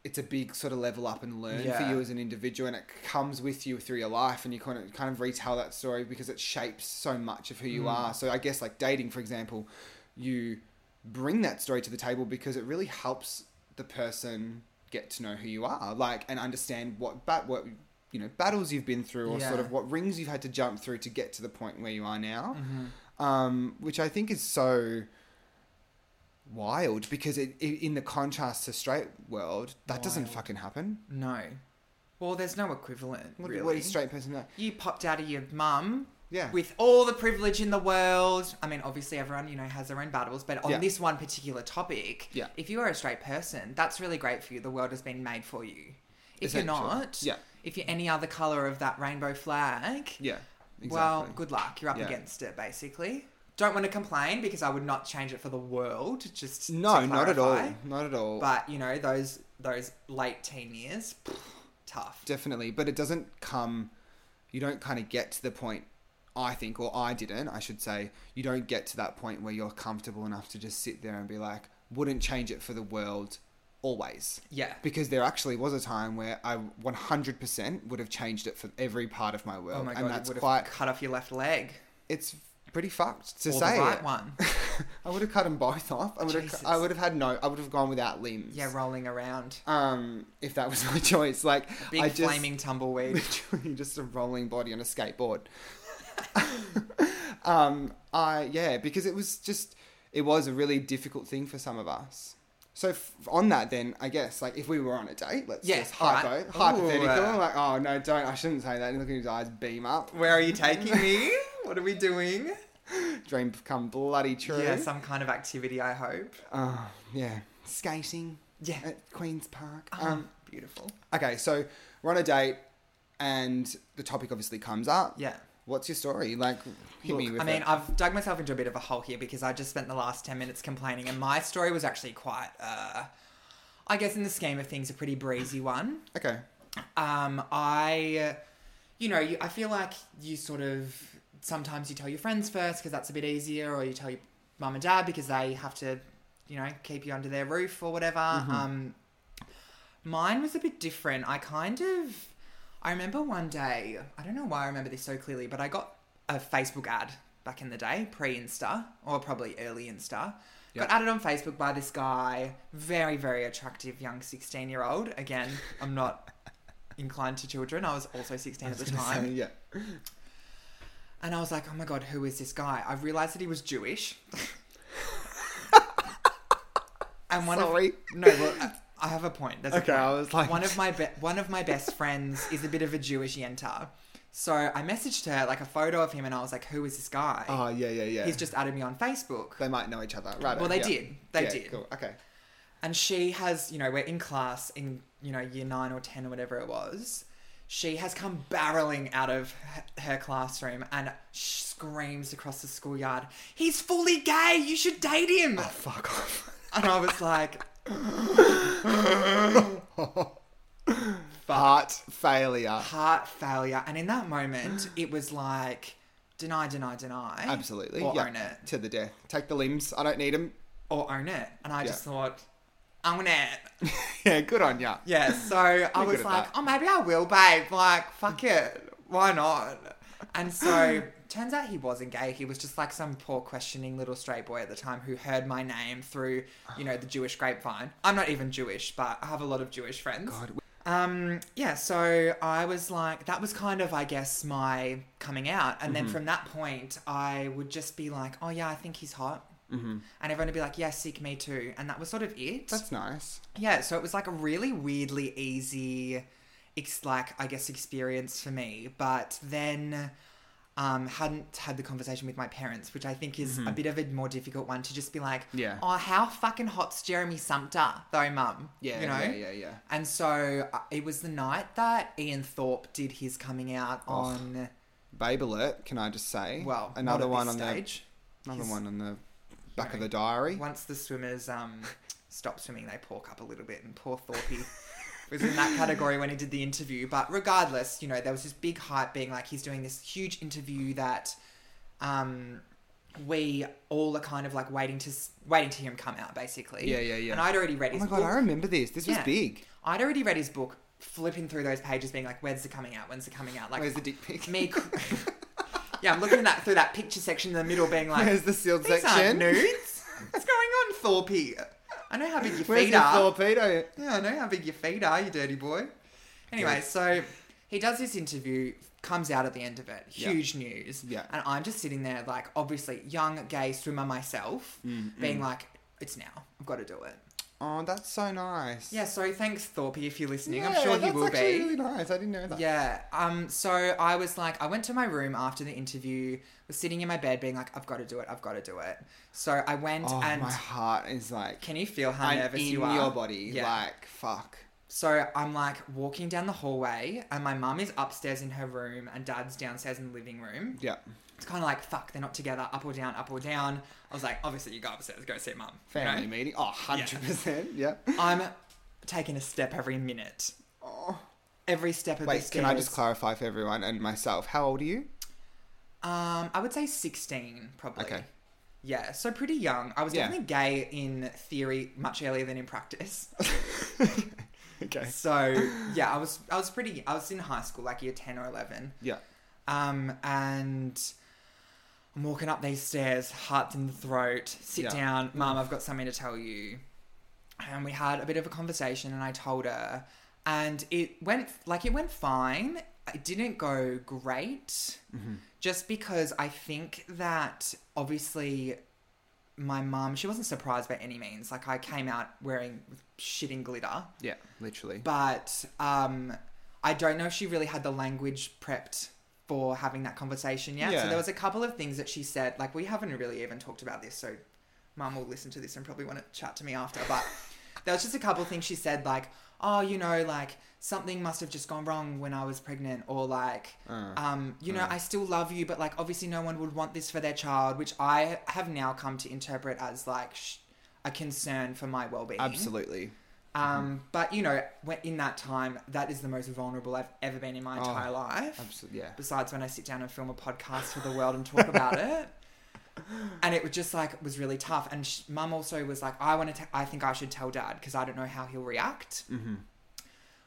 [SPEAKER 1] it's a big sort of level up and learn for
[SPEAKER 2] Yeah.
[SPEAKER 1] you as an individual and it comes with you through your life and you kind of kind of retell that story because it shapes so much of who
[SPEAKER 2] Mm.
[SPEAKER 1] you are so i guess like dating for example you bring that story to the table because it really helps the person get to know who you are like and understand what bat what you know battles you've been through or sort
[SPEAKER 2] Yeah.
[SPEAKER 1] of what rings you've had to jump through to get to the point where you are now
[SPEAKER 2] Mm-hmm.
[SPEAKER 1] um, which i think is so wild because it, i in the contrast to straight world that doesn't
[SPEAKER 2] Wild.
[SPEAKER 1] fucking happen
[SPEAKER 2] No. Well, there's no equivalent,
[SPEAKER 1] what,
[SPEAKER 2] really.
[SPEAKER 1] what is straight person like
[SPEAKER 2] You popped out of your mum
[SPEAKER 1] yeah
[SPEAKER 2] with all the privilege in the world. I mean, obviously, everyone, you know, has their own battles, but on
[SPEAKER 1] Yeah.
[SPEAKER 2] this one particular topic,
[SPEAKER 1] Yeah.
[SPEAKER 2] if you are a straight person, that's really great for you. The world has been made for you. If you're
[SPEAKER 1] Essentially.
[SPEAKER 2] not,
[SPEAKER 1] Yeah.
[SPEAKER 2] if you're any other colour of that rainbow flag,
[SPEAKER 1] yeah exactly
[SPEAKER 2] well, good luck. You're up
[SPEAKER 1] Yeah.
[SPEAKER 2] against it, basically. Don't want to complain because I would not change it for the world. Just
[SPEAKER 1] no
[SPEAKER 2] to
[SPEAKER 1] not at all
[SPEAKER 2] clarify.
[SPEAKER 1] not at all
[SPEAKER 2] But you know those those late teen years, pff, tough.
[SPEAKER 1] definitely but it doesn't come you don't kind of get to the point i think or i didn't i should say you don't get to that point where you're comfortable enough to just sit there and be like wouldn't change it for the world always
[SPEAKER 2] Yeah.
[SPEAKER 1] because there actually was a time where i 100% would have changed it for every part of my world
[SPEAKER 2] Oh my god,
[SPEAKER 1] and
[SPEAKER 2] it
[SPEAKER 1] that's
[SPEAKER 2] would
[SPEAKER 1] quite
[SPEAKER 2] have cut off your left leg
[SPEAKER 1] it's pretty fucked to
[SPEAKER 2] or
[SPEAKER 1] say
[SPEAKER 2] the right
[SPEAKER 1] it.
[SPEAKER 2] one.
[SPEAKER 1] i would have cut them both off i would have
[SPEAKER 2] Jesus.
[SPEAKER 1] i would have had no i would have gone without limbs
[SPEAKER 2] Yeah, rolling around,
[SPEAKER 1] um if that was my choice like
[SPEAKER 2] big
[SPEAKER 1] i just
[SPEAKER 2] flaming tumbleweed.
[SPEAKER 1] literally just a rolling body on a skateboard. um, I yeah, because it was just it was a really difficult thing for some of us. So f- on that, then I guess like if we were on a date, let's
[SPEAKER 2] Yeah,
[SPEAKER 1] just
[SPEAKER 2] alright.
[SPEAKER 1] hypo,
[SPEAKER 2] Ooh,
[SPEAKER 1] hypothetical.
[SPEAKER 2] uh,
[SPEAKER 1] like oh no, don't I shouldn't say that. And look at his eyes beam up.
[SPEAKER 2] Where are you taking me? What are we doing?
[SPEAKER 1] Dream come bloody true.
[SPEAKER 2] Yeah, some kind of activity. I hope.
[SPEAKER 1] Oh, yeah, skating
[SPEAKER 2] Yeah.
[SPEAKER 1] at Queens Park.
[SPEAKER 2] Oh,
[SPEAKER 1] Um,
[SPEAKER 2] beautiful.
[SPEAKER 1] okay, so we're on a date, and the topic obviously comes up.
[SPEAKER 2] Yeah.
[SPEAKER 1] What's your story? Like, hit
[SPEAKER 2] Look,
[SPEAKER 1] me with
[SPEAKER 2] I mean,
[SPEAKER 1] it.
[SPEAKER 2] I've dug myself into a bit of a hole here because I just spent the last 10 minutes complaining, and my story was actually quite, uh, I guess, in the scheme of things, a pretty breezy one.
[SPEAKER 1] Okay.
[SPEAKER 2] um, I, you know, you, I feel like you sort of sometimes you tell your friends first because that's a bit easier, or you tell your mum and dad because they have to, you know, keep you under their roof or whatever.
[SPEAKER 1] Mm-hmm.
[SPEAKER 2] Um, mine was a bit different. I kind of, I remember one day, I don't know why I remember this so clearly, but I got a Facebook ad back in the day, pre Insta, or probably early Insta.
[SPEAKER 1] Yep.
[SPEAKER 2] Got added on Facebook by this guy, very, very attractive young 16 year old. Again, I'm not inclined to children. I was also 16 at the time.
[SPEAKER 1] yeah.
[SPEAKER 2] And I was like, oh my God, who is this guy? I realized that he was Jewish. and one
[SPEAKER 1] Sorry.
[SPEAKER 2] of. No, well, I- I have a point. There's a
[SPEAKER 1] Okay,
[SPEAKER 2] point.
[SPEAKER 1] I was like-
[SPEAKER 2] One of my, be- one of my best friends is a bit of a Jewish yenta. So I messaged her like a photo of him, and I was like, "Who is this guy?"
[SPEAKER 1] Oh, yeah, yeah, yeah.
[SPEAKER 2] He's just added me on Facebook.
[SPEAKER 1] They might know each other, right?
[SPEAKER 2] Well, they did. They did.
[SPEAKER 1] Cool. Okay.
[SPEAKER 2] And she has, you know, we're in class in, you know, year nine or 10 or whatever it was. She has come barreling out of her- her classroom and sh- screams across the schoolyard, He's fully gay! You should date him!
[SPEAKER 1] Fuck off.
[SPEAKER 2] And I was like,
[SPEAKER 1] Heart failure.
[SPEAKER 2] Heart failure. And in that moment, it was like, Deny, deny, deny.
[SPEAKER 1] Absolutely.
[SPEAKER 2] Or
[SPEAKER 1] yeah.
[SPEAKER 2] own it.
[SPEAKER 1] To the death. Take the limbs. I don't need them.
[SPEAKER 2] Or own it. And I just thought, Own it.
[SPEAKER 1] yeah, good on ya.
[SPEAKER 2] Yeah, so I
[SPEAKER 1] good
[SPEAKER 2] was
[SPEAKER 1] at
[SPEAKER 2] like,
[SPEAKER 1] that.
[SPEAKER 2] oh, maybe I will, babe. Like, fuck it. Why not? And so turns out he wasn't gay. He was just like some poor, questioning little straight boy at the time who heard my name through, you know, the Jewish grapevine. I'm not even Jewish, but I have a lot of Jewish friends.
[SPEAKER 1] God.
[SPEAKER 2] Um, yeah, so I was like, that was kind of, I guess, my coming out.
[SPEAKER 1] Mm-hmm.
[SPEAKER 2] And then from that point, I would just be like, oh, yeah, I think he's hot. Mm-hmm. And everyone would be like, yeah, sick, me too. And that was sort of it.
[SPEAKER 1] That's nice.
[SPEAKER 2] Yeah, so it was like a really weirdly easy, ex- like I guess experience for me. But then, um, hadn't had the conversation with my parents, which I think is a bit of a more difficult one to just be like,
[SPEAKER 1] Mm-hmm. Yeah.
[SPEAKER 2] oh, how fucking hot's Jeremy Sumpter though, mum?
[SPEAKER 1] Yeah,
[SPEAKER 2] you know.
[SPEAKER 1] yeah, yeah, yeah.
[SPEAKER 2] And so uh, it was the night that Ian Thorpe did his coming out
[SPEAKER 1] Oh,
[SPEAKER 2] on
[SPEAKER 1] Babe alert, can I just say?
[SPEAKER 2] well
[SPEAKER 1] another
[SPEAKER 2] not at
[SPEAKER 1] one
[SPEAKER 2] this
[SPEAKER 1] on
[SPEAKER 2] stage.
[SPEAKER 1] the another
[SPEAKER 2] He's-
[SPEAKER 1] one on the back of
[SPEAKER 2] know,
[SPEAKER 1] the diary.
[SPEAKER 2] Once the swimmers um, stop swimming, they pork up a little bit, and poor Thorpe was in that category when he did the interview. But regardless, you know, there was this big hype being like he's doing this huge interview that um, we all are kind of like waiting to s- waiting to hear him come out, basically.
[SPEAKER 1] Yeah, yeah, yeah.
[SPEAKER 2] And I'd already read
[SPEAKER 1] Oh
[SPEAKER 2] his
[SPEAKER 1] my god,
[SPEAKER 2] book.
[SPEAKER 1] I remember this. This was
[SPEAKER 2] Yeah.
[SPEAKER 1] big.
[SPEAKER 2] I'd already read his book, flipping through those pages, being like, "When's the coming out? When's the coming out?" Like
[SPEAKER 1] Where's the dick pic?
[SPEAKER 2] me. yeah, I'm looking at that through that picture section in the middle, being like,
[SPEAKER 1] Where's the sealed
[SPEAKER 2] these
[SPEAKER 1] section?
[SPEAKER 2] aren't nudes. What's going on, Thorpe? I know how big your
[SPEAKER 1] Where's
[SPEAKER 2] feet
[SPEAKER 1] the Oh,
[SPEAKER 2] are.
[SPEAKER 1] torpedo?
[SPEAKER 2] Yeah, I know how big your feet are, you dirty boy. Anyway,
[SPEAKER 1] Yeah.
[SPEAKER 2] so he does this interview, comes out at the end of it,
[SPEAKER 1] Yeah.
[SPEAKER 2] huge news.
[SPEAKER 1] Yeah.
[SPEAKER 2] And I'm just sitting there, like, obviously, young gay swimmer myself,
[SPEAKER 1] Mm,
[SPEAKER 2] being like, it's now. I've got to do it.
[SPEAKER 1] Oh, that's so nice.
[SPEAKER 2] Yeah, so thanks, Thorpe, if you're listening.
[SPEAKER 1] Yeah,
[SPEAKER 2] I'm sure you
[SPEAKER 1] that's
[SPEAKER 2] will be.
[SPEAKER 1] actually really nice. I didn't know that.
[SPEAKER 2] Yeah. Um. So I was like, I went to my room after the interview. Was sitting in my bed, being like, I've got to do it. I've got to do it. So I went
[SPEAKER 1] Oh,
[SPEAKER 2] and
[SPEAKER 1] my heart is like
[SPEAKER 2] can you feel how
[SPEAKER 1] I'm
[SPEAKER 2] nervous
[SPEAKER 1] in
[SPEAKER 2] you are?
[SPEAKER 1] your body.
[SPEAKER 2] Yeah.
[SPEAKER 1] Like fuck.
[SPEAKER 2] So I'm like walking down the hallway, and my mum is upstairs in her room, and dad's downstairs in the living room.
[SPEAKER 1] Yeah.
[SPEAKER 2] It's kind of like fuck, they're not together. Up or down, up or down. I was like, obviously you go upstairs, go see mum. you know?
[SPEAKER 1] Family meeting. Oh, 100%. Yeah.
[SPEAKER 2] I'm taking a step every minute.
[SPEAKER 1] Oh.
[SPEAKER 2] Every step of the
[SPEAKER 1] Wait,
[SPEAKER 2] stairs.
[SPEAKER 1] can I just clarify for everyone and myself? How old are you?
[SPEAKER 2] Um, I would say 16, probably.
[SPEAKER 1] Okay.
[SPEAKER 2] Yeah, so pretty young. I was
[SPEAKER 1] Yeah.
[SPEAKER 2] definitely gay in theory much earlier than in practice.
[SPEAKER 1] okay.
[SPEAKER 2] so yeah, I was I was pretty I was in high school, like year ten or eleven.
[SPEAKER 1] Yeah.
[SPEAKER 2] Um, and I'm walking up these stairs, heart in the throat. Sit
[SPEAKER 1] Yeah.
[SPEAKER 2] down, Mum. I've got something to tell you. And we had a bit of a conversation, and I told her, and it went like it went fine. It didn't go great,
[SPEAKER 1] Mm-hmm.
[SPEAKER 2] just because I think that obviously my mum she wasn't surprised by any means. Like I came out wearing shitting glitter
[SPEAKER 1] Yeah, literally.
[SPEAKER 2] but um, I don't know if she really had the language prepped for having that conversation yet.
[SPEAKER 1] Yeah.
[SPEAKER 2] So there was a couple of things that she said, like we haven't really even talked about this, so mum will listen to this and probably want to chat to me after. But there was just a couple of things she said, like, oh, you know, like something must have just gone wrong when I was pregnant, or like,
[SPEAKER 1] Uh,
[SPEAKER 2] um, you know, I still love you, but like obviously no one would want this for their child, which I have now come to interpret as like sh- a concern for my well being.
[SPEAKER 1] Absolutely.
[SPEAKER 2] Um, but you know, when- in that time, that is the most vulnerable I've ever been in my
[SPEAKER 1] Oh,
[SPEAKER 2] entire life.
[SPEAKER 1] Absolutely. Yeah.
[SPEAKER 2] Besides when I sit down and film a podcast for the world and talk about it, and it was just like was really tough. And sh- mum also was like, I want to. I think I should tell dad because I don't know how he'll react.
[SPEAKER 1] Mm-hmm.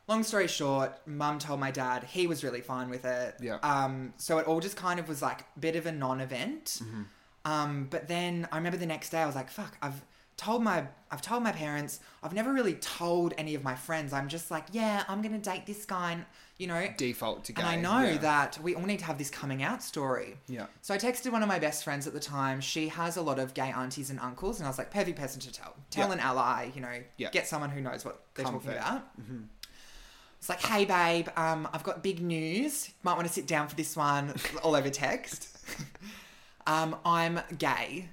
[SPEAKER 2] Long story short, mum told my dad. He was really fine with it.
[SPEAKER 1] Yeah.
[SPEAKER 2] Um. So it all just kind of was like a bit of a non-event.
[SPEAKER 1] Mhm.
[SPEAKER 2] Um. But then I remember the next day I was like, "Fuck! I've told my I've told my parents. I've never really told any of my friends. I'm just like, yeah, I'm gonna date this guy. And, you know.
[SPEAKER 1] Default to gay.
[SPEAKER 2] And I know
[SPEAKER 1] yeah.
[SPEAKER 2] that we all need to have this coming out story.
[SPEAKER 1] Yeah.
[SPEAKER 2] So I texted one of my best friends at the time. She has a lot of gay aunties and uncles, and I was like, perfect person to tell. Tell
[SPEAKER 1] Yeah.
[SPEAKER 2] an ally, you know,
[SPEAKER 1] Yeah. Mm-hmm.
[SPEAKER 2] get someone who knows what they're
[SPEAKER 1] Comfort.
[SPEAKER 2] talking about. It's like, hey babe, um, I've got big news. Might want to sit down for this one. All over text. Um, I'm gay,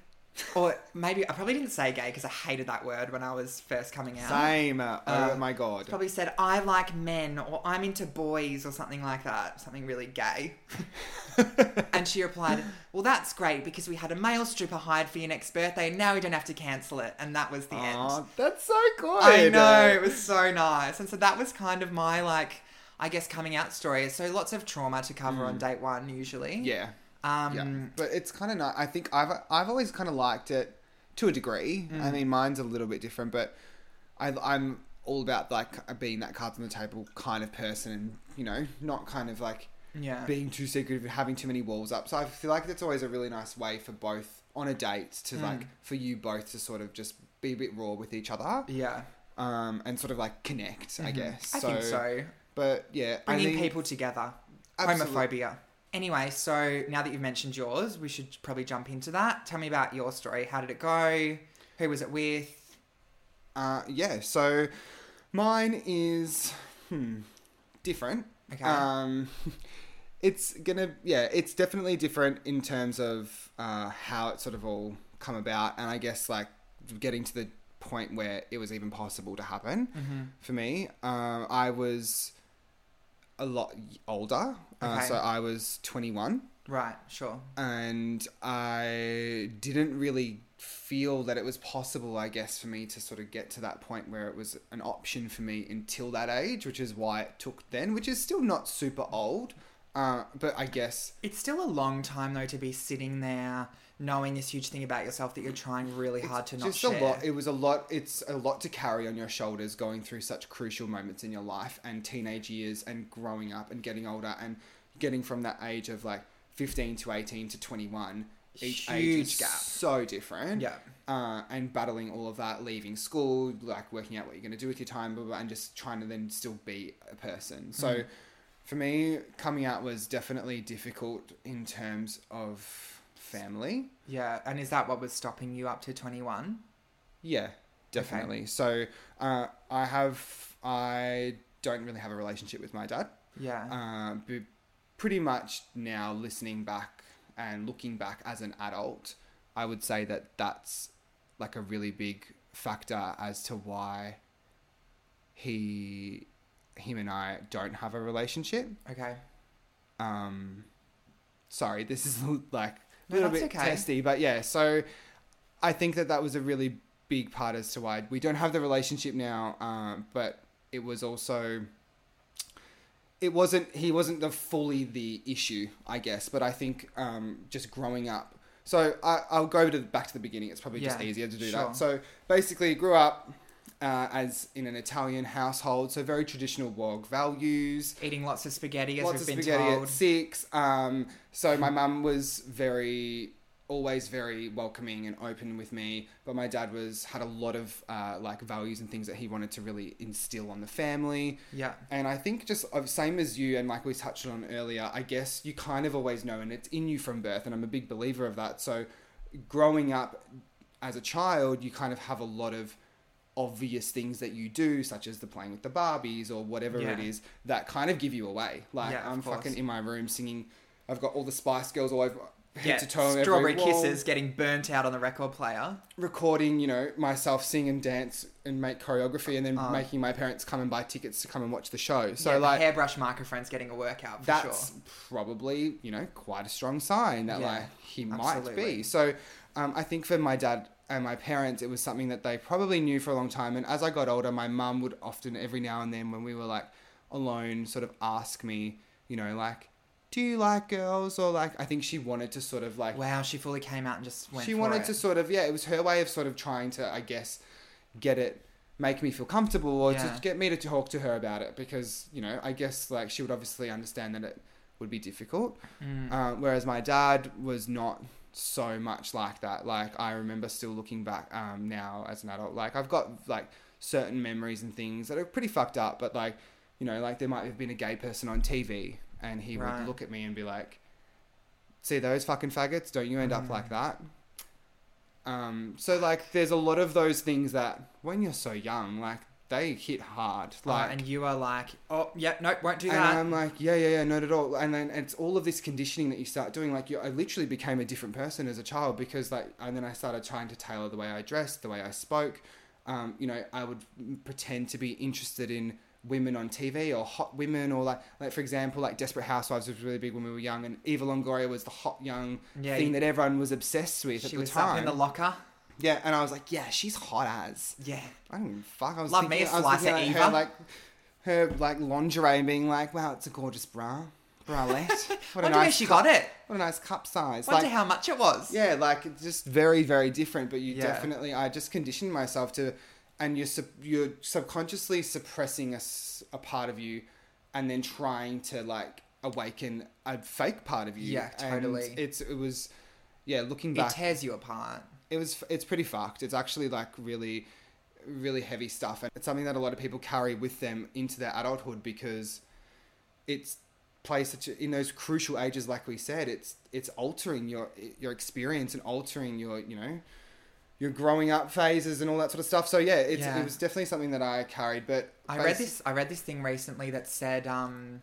[SPEAKER 2] or maybe I probably didn't say gay because I hated that word when I was first coming out.
[SPEAKER 1] Same. uh,
[SPEAKER 2] Uh,
[SPEAKER 1] oh my god.
[SPEAKER 2] Probably said I like men, or I'm into boys, or something like that. Something really gay. And she replied, Well, that's great because we had a male stripper hired for your next birthday. Now we don't have to cancel it. And that was the end.
[SPEAKER 1] Aw, that's so good. uh,
[SPEAKER 2] I know. It was so nice. And so that was kind of my, like, I guess, coming out story. So lots of trauma to cover on date one, usually.
[SPEAKER 1] Hmm. Yeah.
[SPEAKER 2] Um,
[SPEAKER 1] Yeah, but it's kind of nice. I think I've I've always kind of liked it to a degree. I mean, mine's a little bit different, but I, I'm all about like being that cards on the table kind of person, and you know, not kind of like
[SPEAKER 2] Yeah.
[SPEAKER 1] being too secretive and having too many walls up. So I feel like that's always a really nice way for both on a date to like for you both to sort of just be a bit raw with each other,
[SPEAKER 2] yeah. Mm-hmm.
[SPEAKER 1] um, and sort of like connect. Mm-hmm. I guess.
[SPEAKER 2] I think so.
[SPEAKER 1] But yeah, I
[SPEAKER 2] Bringing
[SPEAKER 1] think-
[SPEAKER 2] people together.
[SPEAKER 1] Absolute-
[SPEAKER 2] Homophobia. Anyway, so now that you've mentioned yours, we should probably jump into that. Tell me about your story. How did it go? Who was it with?
[SPEAKER 1] Uh, yeah, so mine is hmm, different.
[SPEAKER 2] Okay.
[SPEAKER 1] Um, it's gonna, yeah, it's definitely different in terms of uh, how it sort of all come about, and I guess like getting to the point where it was even possible to happen
[SPEAKER 2] Mm-hmm.
[SPEAKER 1] for me. Um, I was a lot older, uh,
[SPEAKER 2] Okay.
[SPEAKER 1] so I was twenty one
[SPEAKER 2] Right, sure.
[SPEAKER 1] and I didn't really feel that it was possible, I guess, for me to sort of get to that point where it was an option for me until that age, which is why it took then, which is still not super old, uh, but I guess
[SPEAKER 2] It's still a long time though to be sitting there knowing this huge thing about yourself that you're trying really hard to not
[SPEAKER 1] just
[SPEAKER 2] share.
[SPEAKER 1] a lot. It was a lot. It's a lot to carry on your shoulders going through such crucial moments in your life and teenage years and growing up and getting older and getting from that age of like fifteen to eighteen to twenty one. Each age is
[SPEAKER 2] Huge gap.
[SPEAKER 1] so different.
[SPEAKER 2] Yeah.
[SPEAKER 1] uh, and battling all of that, leaving school, like working out what you're going to do with your time, blah, blah, blah, and just trying to then still be a person. So for me, coming out was definitely difficult in terms of family.
[SPEAKER 2] yeah, and is that what was stopping you up to 21?
[SPEAKER 1] Yeah, definitely. So uh, I have, I don't really have a relationship with my dad.
[SPEAKER 2] Yeah.
[SPEAKER 1] Uh, but pretty much now, listening back and looking back as an adult, I would say that that's like a really big factor as to why he, him and I don't have a relationship.
[SPEAKER 2] okay.
[SPEAKER 1] Um, sorry, this is like a
[SPEAKER 2] No,
[SPEAKER 1] little
[SPEAKER 2] that's
[SPEAKER 1] bit
[SPEAKER 2] okay.
[SPEAKER 1] testy, but yeah. So I think that that was a really big part as to why we don't have the relationship now. Um, but it was also it wasn't he wasn't the fully the issue, I guess. But I think um, just growing up. So I, I'll go to back to the beginning. It's probably just
[SPEAKER 2] Yeah,
[SPEAKER 1] easier to do
[SPEAKER 2] sure.
[SPEAKER 1] that. So basically, grew up uh, as in an Italian household, so very traditional WOG values
[SPEAKER 2] Eating lots of spaghetti as
[SPEAKER 1] lots
[SPEAKER 2] we've
[SPEAKER 1] of
[SPEAKER 2] been
[SPEAKER 1] spaghetti
[SPEAKER 2] told.
[SPEAKER 1] at six. Um, so my mum was very, always very welcoming and open with me, but my dad was had a lot of uh, like values and things that he wanted to really instill on the family.
[SPEAKER 2] Yeah.
[SPEAKER 1] And I think just uh, same as you and like we touched on earlier, I guess you kind of always know, and it's in you from birth. And I'm a big believer of that. So growing up as a child, you kind of have a lot of obvious things that you do, such as the playing with the Barbies or whatever it
[SPEAKER 2] Yeah.
[SPEAKER 1] is that kind of give you away. Like
[SPEAKER 2] Yeah, of
[SPEAKER 1] I'm
[SPEAKER 2] course.
[SPEAKER 1] fucking in my room singing. I've got all the Spice Girls all over head
[SPEAKER 2] Yeah.
[SPEAKER 1] to toe. every
[SPEAKER 2] Strawberry
[SPEAKER 1] wall
[SPEAKER 2] kisses getting burnt out on the record player.
[SPEAKER 1] recording, you know, myself sing and dance and make choreography and then
[SPEAKER 2] Oh.
[SPEAKER 1] making my parents come and buy tickets to come and watch the show. So
[SPEAKER 2] yeah, the
[SPEAKER 1] like
[SPEAKER 2] hairbrush microphone's getting a workout for
[SPEAKER 1] that's
[SPEAKER 2] sure.
[SPEAKER 1] probably, you know, quite a strong sign that
[SPEAKER 2] Yeah,
[SPEAKER 1] like he might
[SPEAKER 2] absolutely.
[SPEAKER 1] be. So um, I think for my dad and my parents, it was something that they probably knew for a long time. And as I got older, my mum would often every now and then when we were like alone sort of ask me, you know, like, do you like girls? Or like, I think she wanted to sort of like
[SPEAKER 2] Wow, she fully came out and just went.
[SPEAKER 1] she
[SPEAKER 2] for
[SPEAKER 1] wanted
[SPEAKER 2] it.
[SPEAKER 1] to sort of yeah it was her way of sort of trying to i guess get it make me feel comfortable or
[SPEAKER 2] Yeah.
[SPEAKER 1] to get me to talk to her about it because you know i guess like she would obviously understand that it would be difficult
[SPEAKER 2] Mm.
[SPEAKER 1] uh, whereas my dad was not so much like that like i remember still looking back um, now as an adult like i've got like certain memories and things that are pretty fucked up but like you know like there might have been a gay person on tv and he
[SPEAKER 2] Right.
[SPEAKER 1] would look at me and be like see those fucking faggots don't you end up
[SPEAKER 2] Mm.
[SPEAKER 1] like that um, so like there's a lot of those things that when you're so young like they hit hard.
[SPEAKER 2] Like,
[SPEAKER 1] Like,
[SPEAKER 2] Oh, and you are like, oh, yep, nope, won't do
[SPEAKER 1] and um,
[SPEAKER 2] that.
[SPEAKER 1] I'm like, yeah, yeah, yeah, not at all. And then it's all of this conditioning that you start doing. Like, you, I literally became a different person as a child because, like, and then I started trying to tailor the way I dressed, the way I spoke. Um, you know, I would pretend to be interested in women on TV or hot women or like, like for example, like Desperate Housewives was really big when we were young, and Eva Longoria was the hot young
[SPEAKER 2] Yeah,
[SPEAKER 1] thing
[SPEAKER 2] you-
[SPEAKER 1] that everyone was obsessed with at
[SPEAKER 2] she
[SPEAKER 1] the
[SPEAKER 2] was
[SPEAKER 1] time.
[SPEAKER 2] something in the locker.
[SPEAKER 1] yeah, and I was like, yeah, she's hot as.
[SPEAKER 2] Yeah.
[SPEAKER 1] I don't give a fuck. I was
[SPEAKER 2] Love
[SPEAKER 1] thinking,
[SPEAKER 2] me a
[SPEAKER 1] I was
[SPEAKER 2] slice
[SPEAKER 1] looking
[SPEAKER 2] of
[SPEAKER 1] at her,
[SPEAKER 2] Eva.
[SPEAKER 1] like her like lingerie and being like, wow, it's a gorgeous bra, bralette. What a
[SPEAKER 2] Wonder where
[SPEAKER 1] nice
[SPEAKER 2] she
[SPEAKER 1] cup,
[SPEAKER 2] got it.
[SPEAKER 1] What a nice cup size.
[SPEAKER 2] Wonder
[SPEAKER 1] like,
[SPEAKER 2] how much it was.
[SPEAKER 1] yeah, like it's just very very different. But you
[SPEAKER 2] Yeah.
[SPEAKER 1] definitely, I just conditioned myself to, and you're sub, you're subconsciously suppressing a, s- a part of you, and then trying to like awaken a fake part of you.
[SPEAKER 2] Yeah,
[SPEAKER 1] And
[SPEAKER 2] totally.
[SPEAKER 1] it's it was, yeah. Looking
[SPEAKER 2] It
[SPEAKER 1] back,
[SPEAKER 2] tears you apart.
[SPEAKER 1] it was it's pretty fucked it's actually like really really heavy stuff and it's something that a lot of people carry with them into their adulthood because it's plays such a, in those crucial ages like we said it's it's altering your your experience and altering your you know your growing up phases and all that sort of stuff so yeah, it's,
[SPEAKER 2] Yeah.
[SPEAKER 1] it was definitely something that i carried but
[SPEAKER 2] I read
[SPEAKER 1] basi-
[SPEAKER 2] this. I read this thing recently that said, um,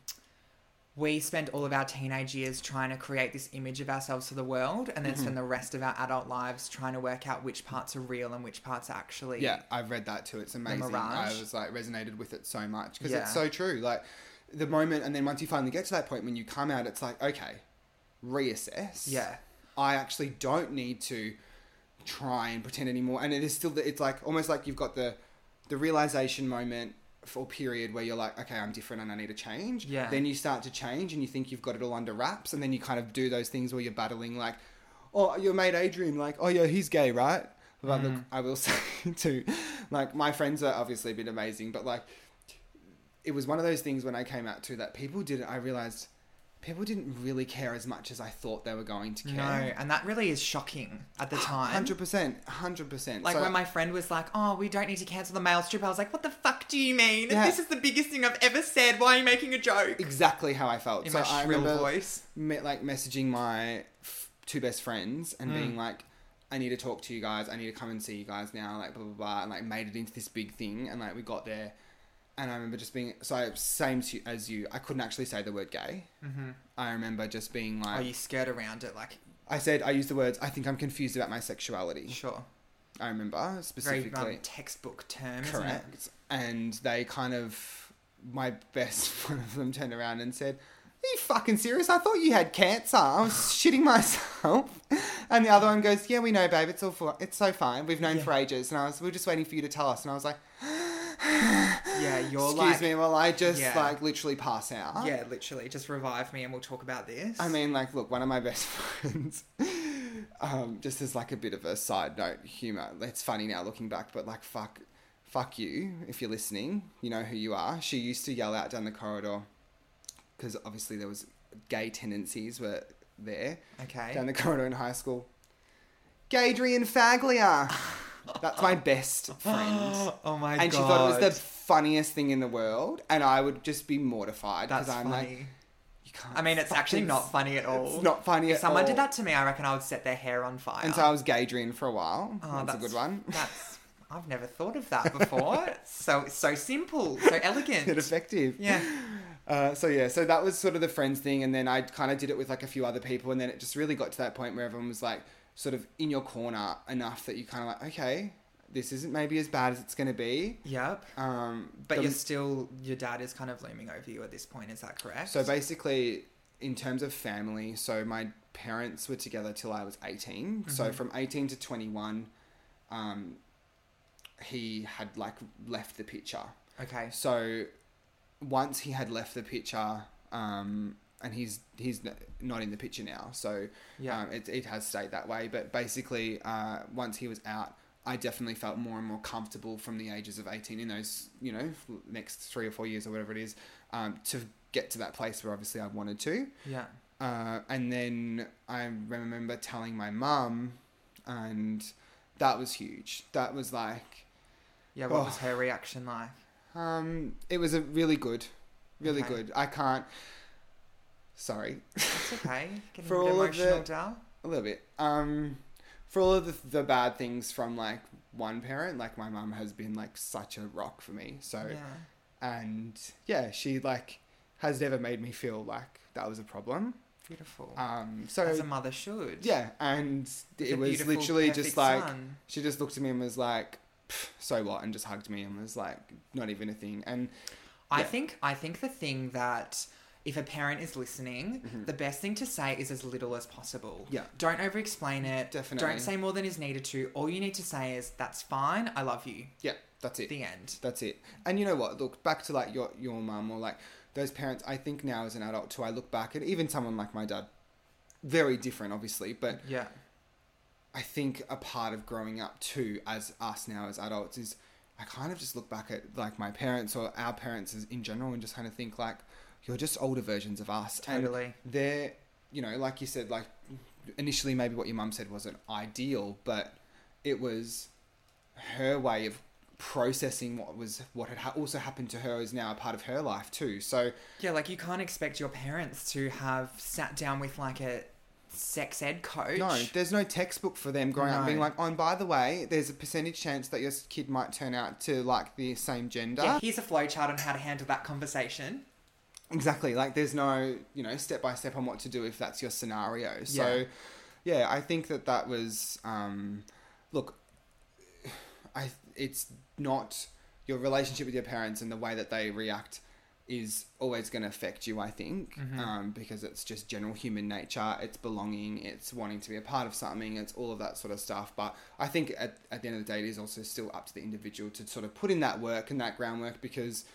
[SPEAKER 2] we spend all of our teenage years trying to create this image of ourselves to the world, and then
[SPEAKER 1] Mm-hmm.
[SPEAKER 2] spend the rest of our adult lives trying to work out which parts are real and which parts are actually.
[SPEAKER 1] Yeah, I've read that too. It's amazing. I
[SPEAKER 2] mirage.
[SPEAKER 1] was like resonated with it so much because
[SPEAKER 2] Yeah.
[SPEAKER 1] it's so true. Like the moment, and then once you finally get to that point when you come out, it's like okay, reassess.
[SPEAKER 2] Yeah.
[SPEAKER 1] I actually don't need to try and pretend anymore. And it is still, the, it's like almost like you've got the the realization moment or period where you're like, okay, I'm different and I need to change.
[SPEAKER 2] Yeah.
[SPEAKER 1] Then you start to change and you think you've got it all under wraps, and then you kind of do those things where you're battling like, oh, your mate Adrian, like, oh yeah, he's gay, right? But look,
[SPEAKER 2] Mm.
[SPEAKER 1] I will say too, like my friends are obviously been amazing, but like it was one of those things when I came out too that people didn't. I realized people didn't really care as much as I thought they were going to care.
[SPEAKER 2] No, and that really is shocking at the time.
[SPEAKER 1] Hundred percent, hundred percent.
[SPEAKER 2] Like when my friend was like, "Oh, we don't need to cancel the male strip," I was like, "What the fuck do you mean?
[SPEAKER 1] Yeah.
[SPEAKER 2] This is the biggest thing I've ever said. Why are you making a joke?"
[SPEAKER 1] exactly how I felt.
[SPEAKER 2] In
[SPEAKER 1] so
[SPEAKER 2] my
[SPEAKER 1] I
[SPEAKER 2] shrill
[SPEAKER 1] remember
[SPEAKER 2] voice.
[SPEAKER 1] me- like messaging my f- two best friends and
[SPEAKER 2] Mm.
[SPEAKER 1] being like, "I need to talk to you guys. I need to come and see you guys now." Like blah blah blah, and like made it into this big thing. And like we got there, and I remember just being so same to, as you. I couldn't actually say the word gay. Mm-hmm. I remember just being
[SPEAKER 2] Oh,
[SPEAKER 1] like,
[SPEAKER 2] you skirt around it, like
[SPEAKER 1] I said I used the words. I think I'm confused about my sexuality.
[SPEAKER 2] sure,
[SPEAKER 1] I remember
[SPEAKER 2] very
[SPEAKER 1] specifically.
[SPEAKER 2] um, textbook term. isn't it?
[SPEAKER 1] Correct. And they kind of, my best one of them turned around and said, Are you fucking serious? I thought you had cancer. I was shitting myself. And the other one goes, Yeah, we know, babe. It's all for, it's so fine. We've known for ages. And I was, we are just waiting for you to tell us. And I was like,
[SPEAKER 2] Yeah, you're
[SPEAKER 1] Excuse
[SPEAKER 2] like,
[SPEAKER 1] me. Well, I just
[SPEAKER 2] Yeah.
[SPEAKER 1] like literally pass out.
[SPEAKER 2] Yeah, literally. Just revive me and we'll talk about this.
[SPEAKER 1] I mean, like, look, one of my best friends, um, just as like a bit of a side note, humor. It's funny now looking back, but like, fuck, fuck you if you're listening. You know who you are. She used to yell out down the corridor because obviously there was gay tendencies were there
[SPEAKER 2] okay.
[SPEAKER 1] down the corridor in high school. Gadrian Faglia. That's my best friend.
[SPEAKER 2] oh my god.
[SPEAKER 1] And she thought it was the funniest thing in the world, and I would just be mortified
[SPEAKER 2] That's
[SPEAKER 1] because I'm
[SPEAKER 2] funny.
[SPEAKER 1] like, you can't.
[SPEAKER 2] I mean, it's actually
[SPEAKER 1] fucking
[SPEAKER 2] not funny at all.
[SPEAKER 1] it's not funny
[SPEAKER 2] Oh. If
[SPEAKER 1] at
[SPEAKER 2] someone
[SPEAKER 1] all.
[SPEAKER 2] did that to me, I reckon I would set their hair on fire.
[SPEAKER 1] And so I was Gadrian for a while.
[SPEAKER 2] Oh,
[SPEAKER 1] that's, a good one.
[SPEAKER 2] That's. I've never thought of that before. It's so it's so simple, so
[SPEAKER 1] Bit
[SPEAKER 2] elegant.
[SPEAKER 1] effective.
[SPEAKER 2] Yeah.
[SPEAKER 1] Uh, so yeah, so that was sort of the friends thing, and then I kind of did it with like a few other people, and then it just really got to that point where everyone was like sort of in your corner enough that you kind of like, okay, this isn't maybe as bad as it's going to be.
[SPEAKER 2] Yep.
[SPEAKER 1] Um,
[SPEAKER 2] But
[SPEAKER 1] the-
[SPEAKER 2] you're still your dad is kind of looming over you at this point. Is that correct?
[SPEAKER 1] so basically, in terms of family, so my parents were together till I was 18 So
[SPEAKER 2] Mm-hmm.
[SPEAKER 1] from eighteen to twenty one, um, he had like left the picture.
[SPEAKER 2] okay.
[SPEAKER 1] So once he had left the picture, um, and he's he's n- not in the picture now. So
[SPEAKER 2] Yeah.
[SPEAKER 1] um, it it has stayed that way. But basically, uh, once he was out, I definitely felt more and more comfortable from the ages of eighteen in those you know f- next three or four years or whatever it is um, to get to that place where obviously I wanted to.
[SPEAKER 2] Yeah.
[SPEAKER 1] Uh, and then I remember telling my mum, and that was huge. That was like
[SPEAKER 2] Yeah. What
[SPEAKER 1] Oh.
[SPEAKER 2] was her reaction like?
[SPEAKER 1] um, it was a really good, really
[SPEAKER 2] Okay.
[SPEAKER 1] good. I can't. Sorry,
[SPEAKER 2] It's okay. Getting
[SPEAKER 1] For
[SPEAKER 2] a bit
[SPEAKER 1] all of
[SPEAKER 2] emotional,
[SPEAKER 1] the-
[SPEAKER 2] Dal.
[SPEAKER 1] a little bit. Um, for all of the, the bad things from like one parent, like my mum has been like such a rock for me. So
[SPEAKER 2] Yeah.
[SPEAKER 1] and yeah, she like has never made me feel like that was a problem.
[SPEAKER 2] Beautiful.
[SPEAKER 1] Um, so
[SPEAKER 2] As a mother should.
[SPEAKER 1] yeah, and
[SPEAKER 2] It's a
[SPEAKER 1] it was
[SPEAKER 2] beautiful,
[SPEAKER 1] literally just
[SPEAKER 2] perfect
[SPEAKER 1] like
[SPEAKER 2] son.
[SPEAKER 1] she just looked at me and was like, "Pff, "So what?" and just hugged me and was like, "Not even a thing." And
[SPEAKER 2] I
[SPEAKER 1] yeah.
[SPEAKER 2] think I think the thing that if a parent is listening, the best thing to say is as little as possible.
[SPEAKER 1] Mm-hmm. Yeah.
[SPEAKER 2] Don't over explain it.
[SPEAKER 1] Definitely.
[SPEAKER 2] Don't say more than is needed to. All you need to say is that's fine, I love you.
[SPEAKER 1] yeah, that's it.
[SPEAKER 2] The end.
[SPEAKER 1] That's it. And you know what? Look back to like your your mum or like those parents. I think now as an adult too, I look back at even someone like my dad, very different, obviously, but
[SPEAKER 2] Yeah.
[SPEAKER 1] I think a part of growing up too, as us now as adults, is I kind of just look back at like my parents or our parents as- in general and just kind of think like, you're just older versions of us. And
[SPEAKER 2] Totally.
[SPEAKER 1] they're, you know, like you said, like initially maybe what your mum said wasn't ideal, but it was her way of processing what was what had ha- also happened to her is now a part of her life too. So
[SPEAKER 2] Yeah, like you can't expect your parents to have sat down with like a sex ed coach.
[SPEAKER 1] No, there's no textbook for them growing up and being
[SPEAKER 2] No.
[SPEAKER 1] like, oh, and by the way, there's a percentage chance that your kid might turn out to like the same gender.
[SPEAKER 2] Yeah, here's a flowchart on how to handle that conversation.
[SPEAKER 1] Exactly. Like, there's no, you know, step by step on what to do if that's your scenario. So,
[SPEAKER 2] Yeah.
[SPEAKER 1] yeah, I think that that was, um, look, I it's not your relationship with your parents and the way that they react is always going to affect you. I think um, because it's just general human nature. It's belonging. It's wanting to be a part of something. It's all of that sort of stuff. But I think at, at the end of the day, it is also still up to the individual to sort of put in that work and that groundwork because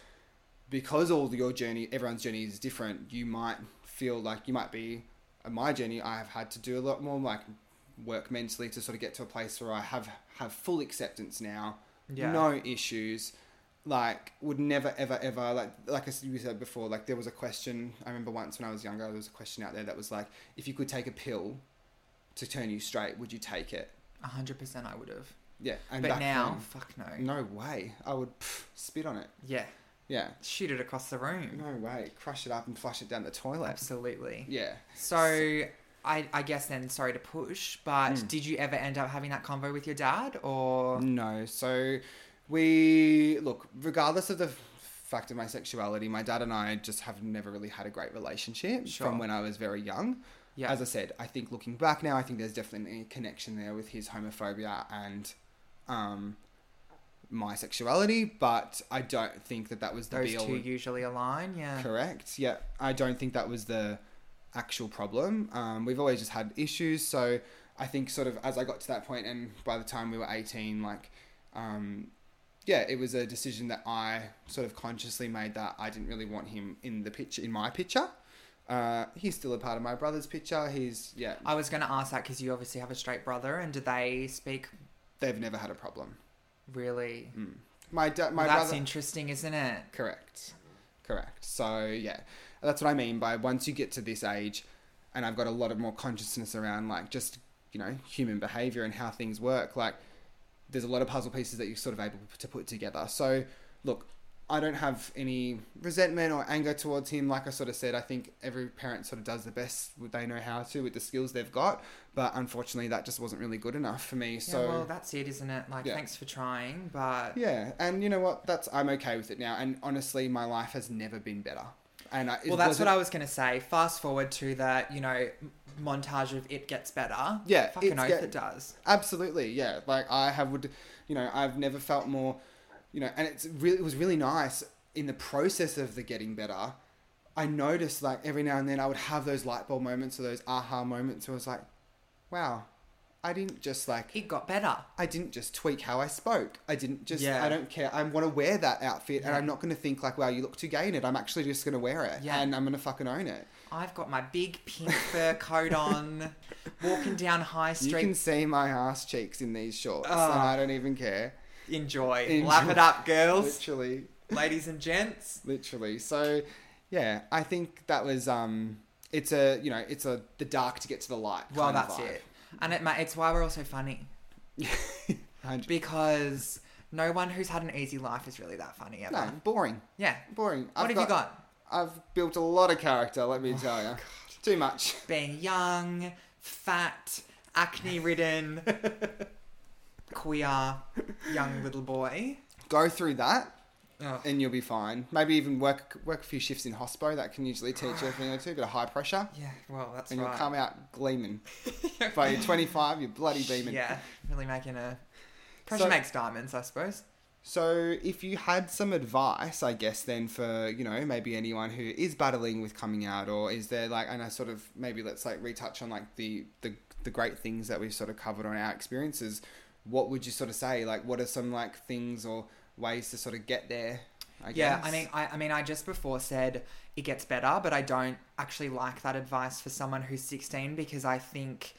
[SPEAKER 1] because all your journey, everyone's journey is different. You might feel like you might be. On my journey, I have had to do a lot more like work mentally to sort of get to a place where I have have full acceptance now.
[SPEAKER 2] Yeah.
[SPEAKER 1] No issues. Like would never ever ever like like as you said before. Like there was a question I remember once when I was younger. There was a question out there that was like, if you could take a pill to turn you straight, would you take it?
[SPEAKER 2] A hundred percent I would have.
[SPEAKER 1] Yeah. And
[SPEAKER 2] But
[SPEAKER 1] back
[SPEAKER 2] now fuck no.
[SPEAKER 1] then, no way. I would pff, spit on it.
[SPEAKER 2] Yeah.
[SPEAKER 1] Yeah.
[SPEAKER 2] Shoot it across the room.
[SPEAKER 1] No way. Crush it up and flush it down the toilet.
[SPEAKER 2] Absolutely.
[SPEAKER 1] Yeah.
[SPEAKER 2] So I, I guess then, sorry to push, but
[SPEAKER 1] Mm.
[SPEAKER 2] did you ever end up having that convo with your dad or?
[SPEAKER 1] No. So we look, regardless of the fact of my sexuality, my dad and I just have never really had a great relationship
[SPEAKER 2] Sure.
[SPEAKER 1] from when I was very young.
[SPEAKER 2] Yeah.
[SPEAKER 1] As I said, I think looking back now, I think there's definitely a connection there with his homophobia and um, my sexuality, but I don't think that that was the
[SPEAKER 2] Those
[SPEAKER 1] be all
[SPEAKER 2] two usually align, yeah.
[SPEAKER 1] Correct. Yeah, I don't think that was the actual problem. Um, we've always just had issues, so I think sort of as I got to that point, and by the time we were eighteen, like, um, yeah, it was a decision that I sort of consciously made that I didn't really want him in the picture in my picture. Uh, he's still a part of my brother's picture. He's yeah,
[SPEAKER 2] I was going to ask that because you obviously have a straight brother, and do they speak
[SPEAKER 1] they've never had a problem.
[SPEAKER 2] really?
[SPEAKER 1] My da- my
[SPEAKER 2] Well, that's
[SPEAKER 1] brother.
[SPEAKER 2] interesting, isn't it?
[SPEAKER 1] Correct. Correct. So yeah, that's what I mean by once you get to this age, and I've got a lot of more consciousness around like just you know human behavior and how things work. Like there's a lot of puzzle pieces that you're sort of able to put together. So look, I don't have any resentment or anger towards him. Like I sort of said, I think every parent sort of does the best they know how to with the skills they've got. But unfortunately, that just wasn't really good enough for me. So
[SPEAKER 2] yeah, well, that's it, isn't it? Like,
[SPEAKER 1] Yeah.
[SPEAKER 2] thanks for trying, but
[SPEAKER 1] yeah, and you know what? That's I'm okay with it now. And honestly, my life has never been better. And I, it
[SPEAKER 2] well, that's what
[SPEAKER 1] wasn't-
[SPEAKER 2] I was going to say. Fast forward to the, you know, m- montage of it gets better.
[SPEAKER 1] Yeah,
[SPEAKER 2] fucking
[SPEAKER 1] it's
[SPEAKER 2] oath
[SPEAKER 1] get-
[SPEAKER 2] it does.
[SPEAKER 1] Absolutely, yeah. Like I have would, you know, I've never felt more, you know, and it's really it was really nice in the process of the getting better. I noticed like every now and then I would have those light bulb moments or those aha moments. Where I was like, wow, I didn't just like
[SPEAKER 2] It got better.
[SPEAKER 1] I didn't just tweak how I spoke. I didn't just.
[SPEAKER 2] Yeah.
[SPEAKER 1] I don't care. I want to wear that outfit, and
[SPEAKER 2] Yeah.
[SPEAKER 1] I'm not going to think like, "Wow, you look too gay in it." I'm actually just going to wear it,
[SPEAKER 2] Yeah.
[SPEAKER 1] and I'm going to fucking own it.
[SPEAKER 2] I've got my big pink fur coat on, walking down High
[SPEAKER 1] You can
[SPEAKER 2] Street.
[SPEAKER 1] see my ass cheeks in these shorts,
[SPEAKER 2] Oh.
[SPEAKER 1] and I don't even care.
[SPEAKER 2] Enjoy.
[SPEAKER 1] Enjoy.
[SPEAKER 2] Lap it up, girls,
[SPEAKER 1] Literally,
[SPEAKER 2] ladies and gents.
[SPEAKER 1] literally. So, yeah, I think that was. um It's a you know, it's a the dark to get to the light.
[SPEAKER 2] Well,
[SPEAKER 1] kind of
[SPEAKER 2] that's
[SPEAKER 1] vibe.
[SPEAKER 2] it. And it, ma- it's why we're all so funny
[SPEAKER 1] Hundred-
[SPEAKER 2] because no one who's had an easy life is really that funny ever.
[SPEAKER 1] No, boring,
[SPEAKER 2] Yeah.
[SPEAKER 1] boring.
[SPEAKER 2] What have you got? Oh
[SPEAKER 1] I've built a lot of character. Let me tell you, too much.
[SPEAKER 2] Being young, fat, acne ridden, queer, young little boy.
[SPEAKER 1] Go through that,
[SPEAKER 2] Oh,
[SPEAKER 1] and you'll be fine. Maybe even work work a few shifts in hospo. That can usually teach you a thing or two. A bit of high pressure,
[SPEAKER 2] yeah, well, that's
[SPEAKER 1] and
[SPEAKER 2] right.
[SPEAKER 1] you'll come out gleaming. By you're 25, you're bloody beaming.
[SPEAKER 2] Yeah, really making a pressure
[SPEAKER 1] So-
[SPEAKER 2] makes diamonds, I suppose.
[SPEAKER 1] So, if you had some advice, I guess, then for, you know, maybe anyone who is battling with coming out, or is there like, and I sort of maybe let's like retouch on like the, the, the great things that we've sort of covered on our experiences, what would you sort of say? Like, what are some like things or ways to sort of get there? I
[SPEAKER 2] yeah,
[SPEAKER 1] guess?
[SPEAKER 2] I mean, I, I mean, I just before said it gets better, but I don't actually like that advice for someone who's 16 because I think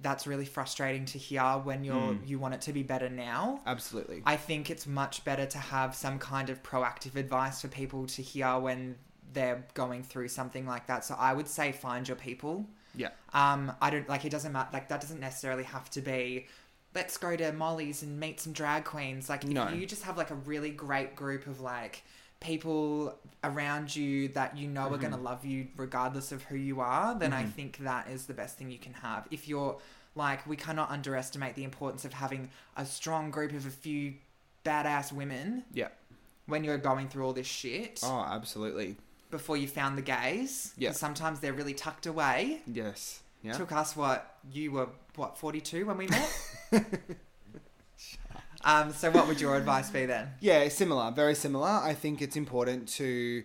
[SPEAKER 2] that's really frustrating to hear when you're
[SPEAKER 1] Hmm.
[SPEAKER 2] you want it to be better now.
[SPEAKER 1] absolutely.
[SPEAKER 2] I think it's much better to have some kind of proactive advice for people to hear when they're going through something like that. So I would say find your people.
[SPEAKER 1] Yeah.
[SPEAKER 2] Um, I don't like it doesn't matter like that doesn't necessarily have to be let's go to Molly's and meet some drag queens. Like if
[SPEAKER 1] No.
[SPEAKER 2] you just have like a really great group of like people around you that you know
[SPEAKER 1] Mm-hmm.
[SPEAKER 2] are going to love you regardless of who you are, then I think that is the best thing you can have. If you're like we cannot underestimate the importance of having a strong group of a few badass women
[SPEAKER 1] Yeah.
[SPEAKER 2] when you're going through all this shit
[SPEAKER 1] Oh, absolutely.
[SPEAKER 2] before you found the gays. 'Cause
[SPEAKER 1] Yeah.
[SPEAKER 2] Sometimes they're really tucked away.
[SPEAKER 1] Yes. Yeah.
[SPEAKER 2] Took us what you were what forty two when we met. um. So what would your advice be then?
[SPEAKER 1] Yeah, similar, very similar. I think it's important to,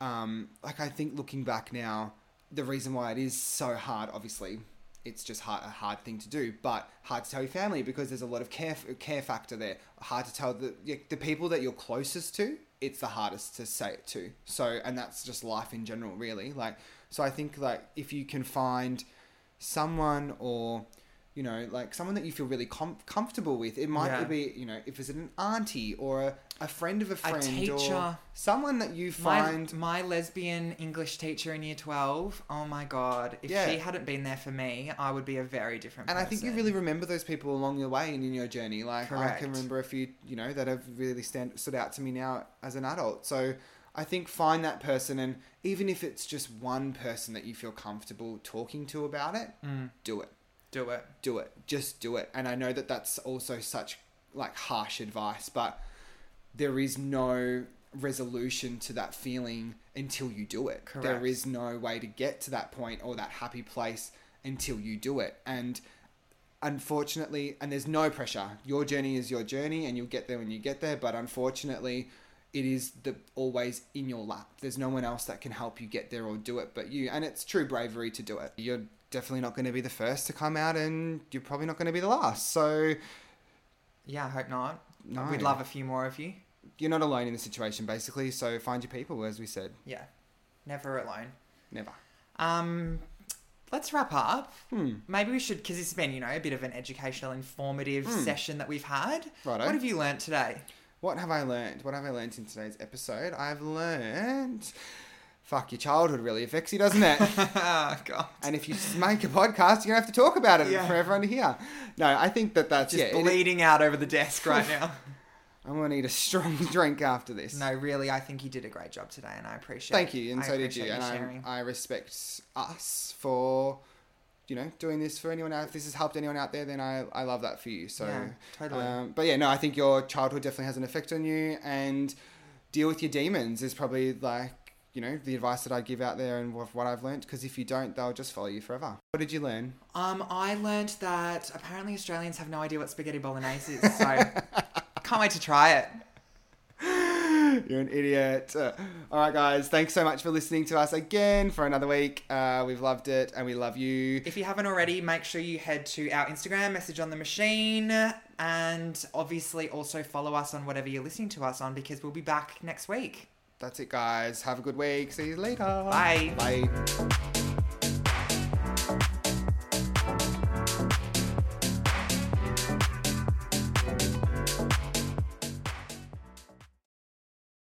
[SPEAKER 1] um, like, I think looking back now, the reason why it is so hard, obviously, it's just hard, a hard thing to do, but hard to tell your family because there's a lot of care care factor there. Hard to tell the yeah, the people that you're closest to. It's the hardest to say it to. So, and that's just life in general, really. Like, so I think like if you can find someone or you know like someone that you feel really com- comfortable with it might
[SPEAKER 2] Yeah.
[SPEAKER 1] be you know if it's an auntie or a, a friend of a friend or
[SPEAKER 2] teacher.
[SPEAKER 1] someone that you
[SPEAKER 2] My,
[SPEAKER 1] find
[SPEAKER 2] my lesbian English teacher in year twelve. Oh my god! If
[SPEAKER 1] Yeah.
[SPEAKER 2] she hadn't been there for me, I would be a very different.
[SPEAKER 1] and I think you
[SPEAKER 2] person.
[SPEAKER 1] really remember those people along your way and in your journey. Like I
[SPEAKER 2] Correct.
[SPEAKER 1] can remember a few, you know, that have really stand stood out to me now as an adult. So I think find that person, and even if it's just one person that you feel comfortable talking to about it,
[SPEAKER 2] Mm,
[SPEAKER 1] do it.
[SPEAKER 2] do it.
[SPEAKER 1] do it just do it and i know that that's also such like harsh advice but there is no resolution to that feeling until you do it there
[SPEAKER 2] Correct.
[SPEAKER 1] is no way to get to that point or that happy place until you do it and unfortunately and there's no pressure your journey is your journey and you'll get there when you get there but unfortunately it is the always in your lap there's no one else that can help you get there or do it but you and it's true bravery to do it you're definitely not going to be the first to come out and you're probably not going to be the last so
[SPEAKER 2] Yeah, I hope not.
[SPEAKER 1] No.
[SPEAKER 2] We'd love a few more of you.
[SPEAKER 1] you're not alone in the situation basically so find your people as we said
[SPEAKER 2] Yeah, never alone.
[SPEAKER 1] never
[SPEAKER 2] Um, let's wrap up.
[SPEAKER 1] hmm
[SPEAKER 2] Maybe we should, because this has been, you know, a bit of an educational, informative
[SPEAKER 1] Hmm.
[SPEAKER 2] session that we've had.
[SPEAKER 1] righto
[SPEAKER 2] What have you learnt today?
[SPEAKER 1] What have I learned? What have I learned in today's episode? I've learned. Fuck, your childhood really affects you, doesn't it?
[SPEAKER 2] oh, God.
[SPEAKER 1] and if you s- make a podcast, you're going to have to talk about it
[SPEAKER 2] Yeah.
[SPEAKER 1] for everyone to hear. No, I think that that's.
[SPEAKER 2] Just
[SPEAKER 1] yeah, it-
[SPEAKER 2] bleeding out over the desk right now.
[SPEAKER 1] I'm going to need a strong drink after this.
[SPEAKER 2] no, really, I think you did a great job today, and I appreciate
[SPEAKER 1] Thank you, and
[SPEAKER 2] I
[SPEAKER 1] so did
[SPEAKER 2] appreciate
[SPEAKER 1] you. And
[SPEAKER 2] sharing.
[SPEAKER 1] I, I respect us for, you know, doing this for anyone out. If this has helped anyone out there, then I, I love that for you. So.
[SPEAKER 2] Yeah, totally.
[SPEAKER 1] Um, but yeah, no, I think your childhood definitely has an effect on you, and deal with your demons is probably like you know the advice that I give out there and what, what I've learned. Because if you don't, they'll just follow you forever. What did you learn?
[SPEAKER 2] Um, I learnt that apparently Australians have no idea what spaghetti bolognese is, so can't wait to try it.
[SPEAKER 1] You're an idiot. Uh, all right, guys, thanks so much for listening to us again for another week. Uh, we've loved it, and we love you.
[SPEAKER 2] If you haven't already, make sure you head to our Instagram, message on the machine, and obviously also follow us on whatever you're listening to us on because we'll be back next week.
[SPEAKER 1] That's it, guys. Have a good week. See you later.
[SPEAKER 2] Bye.
[SPEAKER 1] Bye.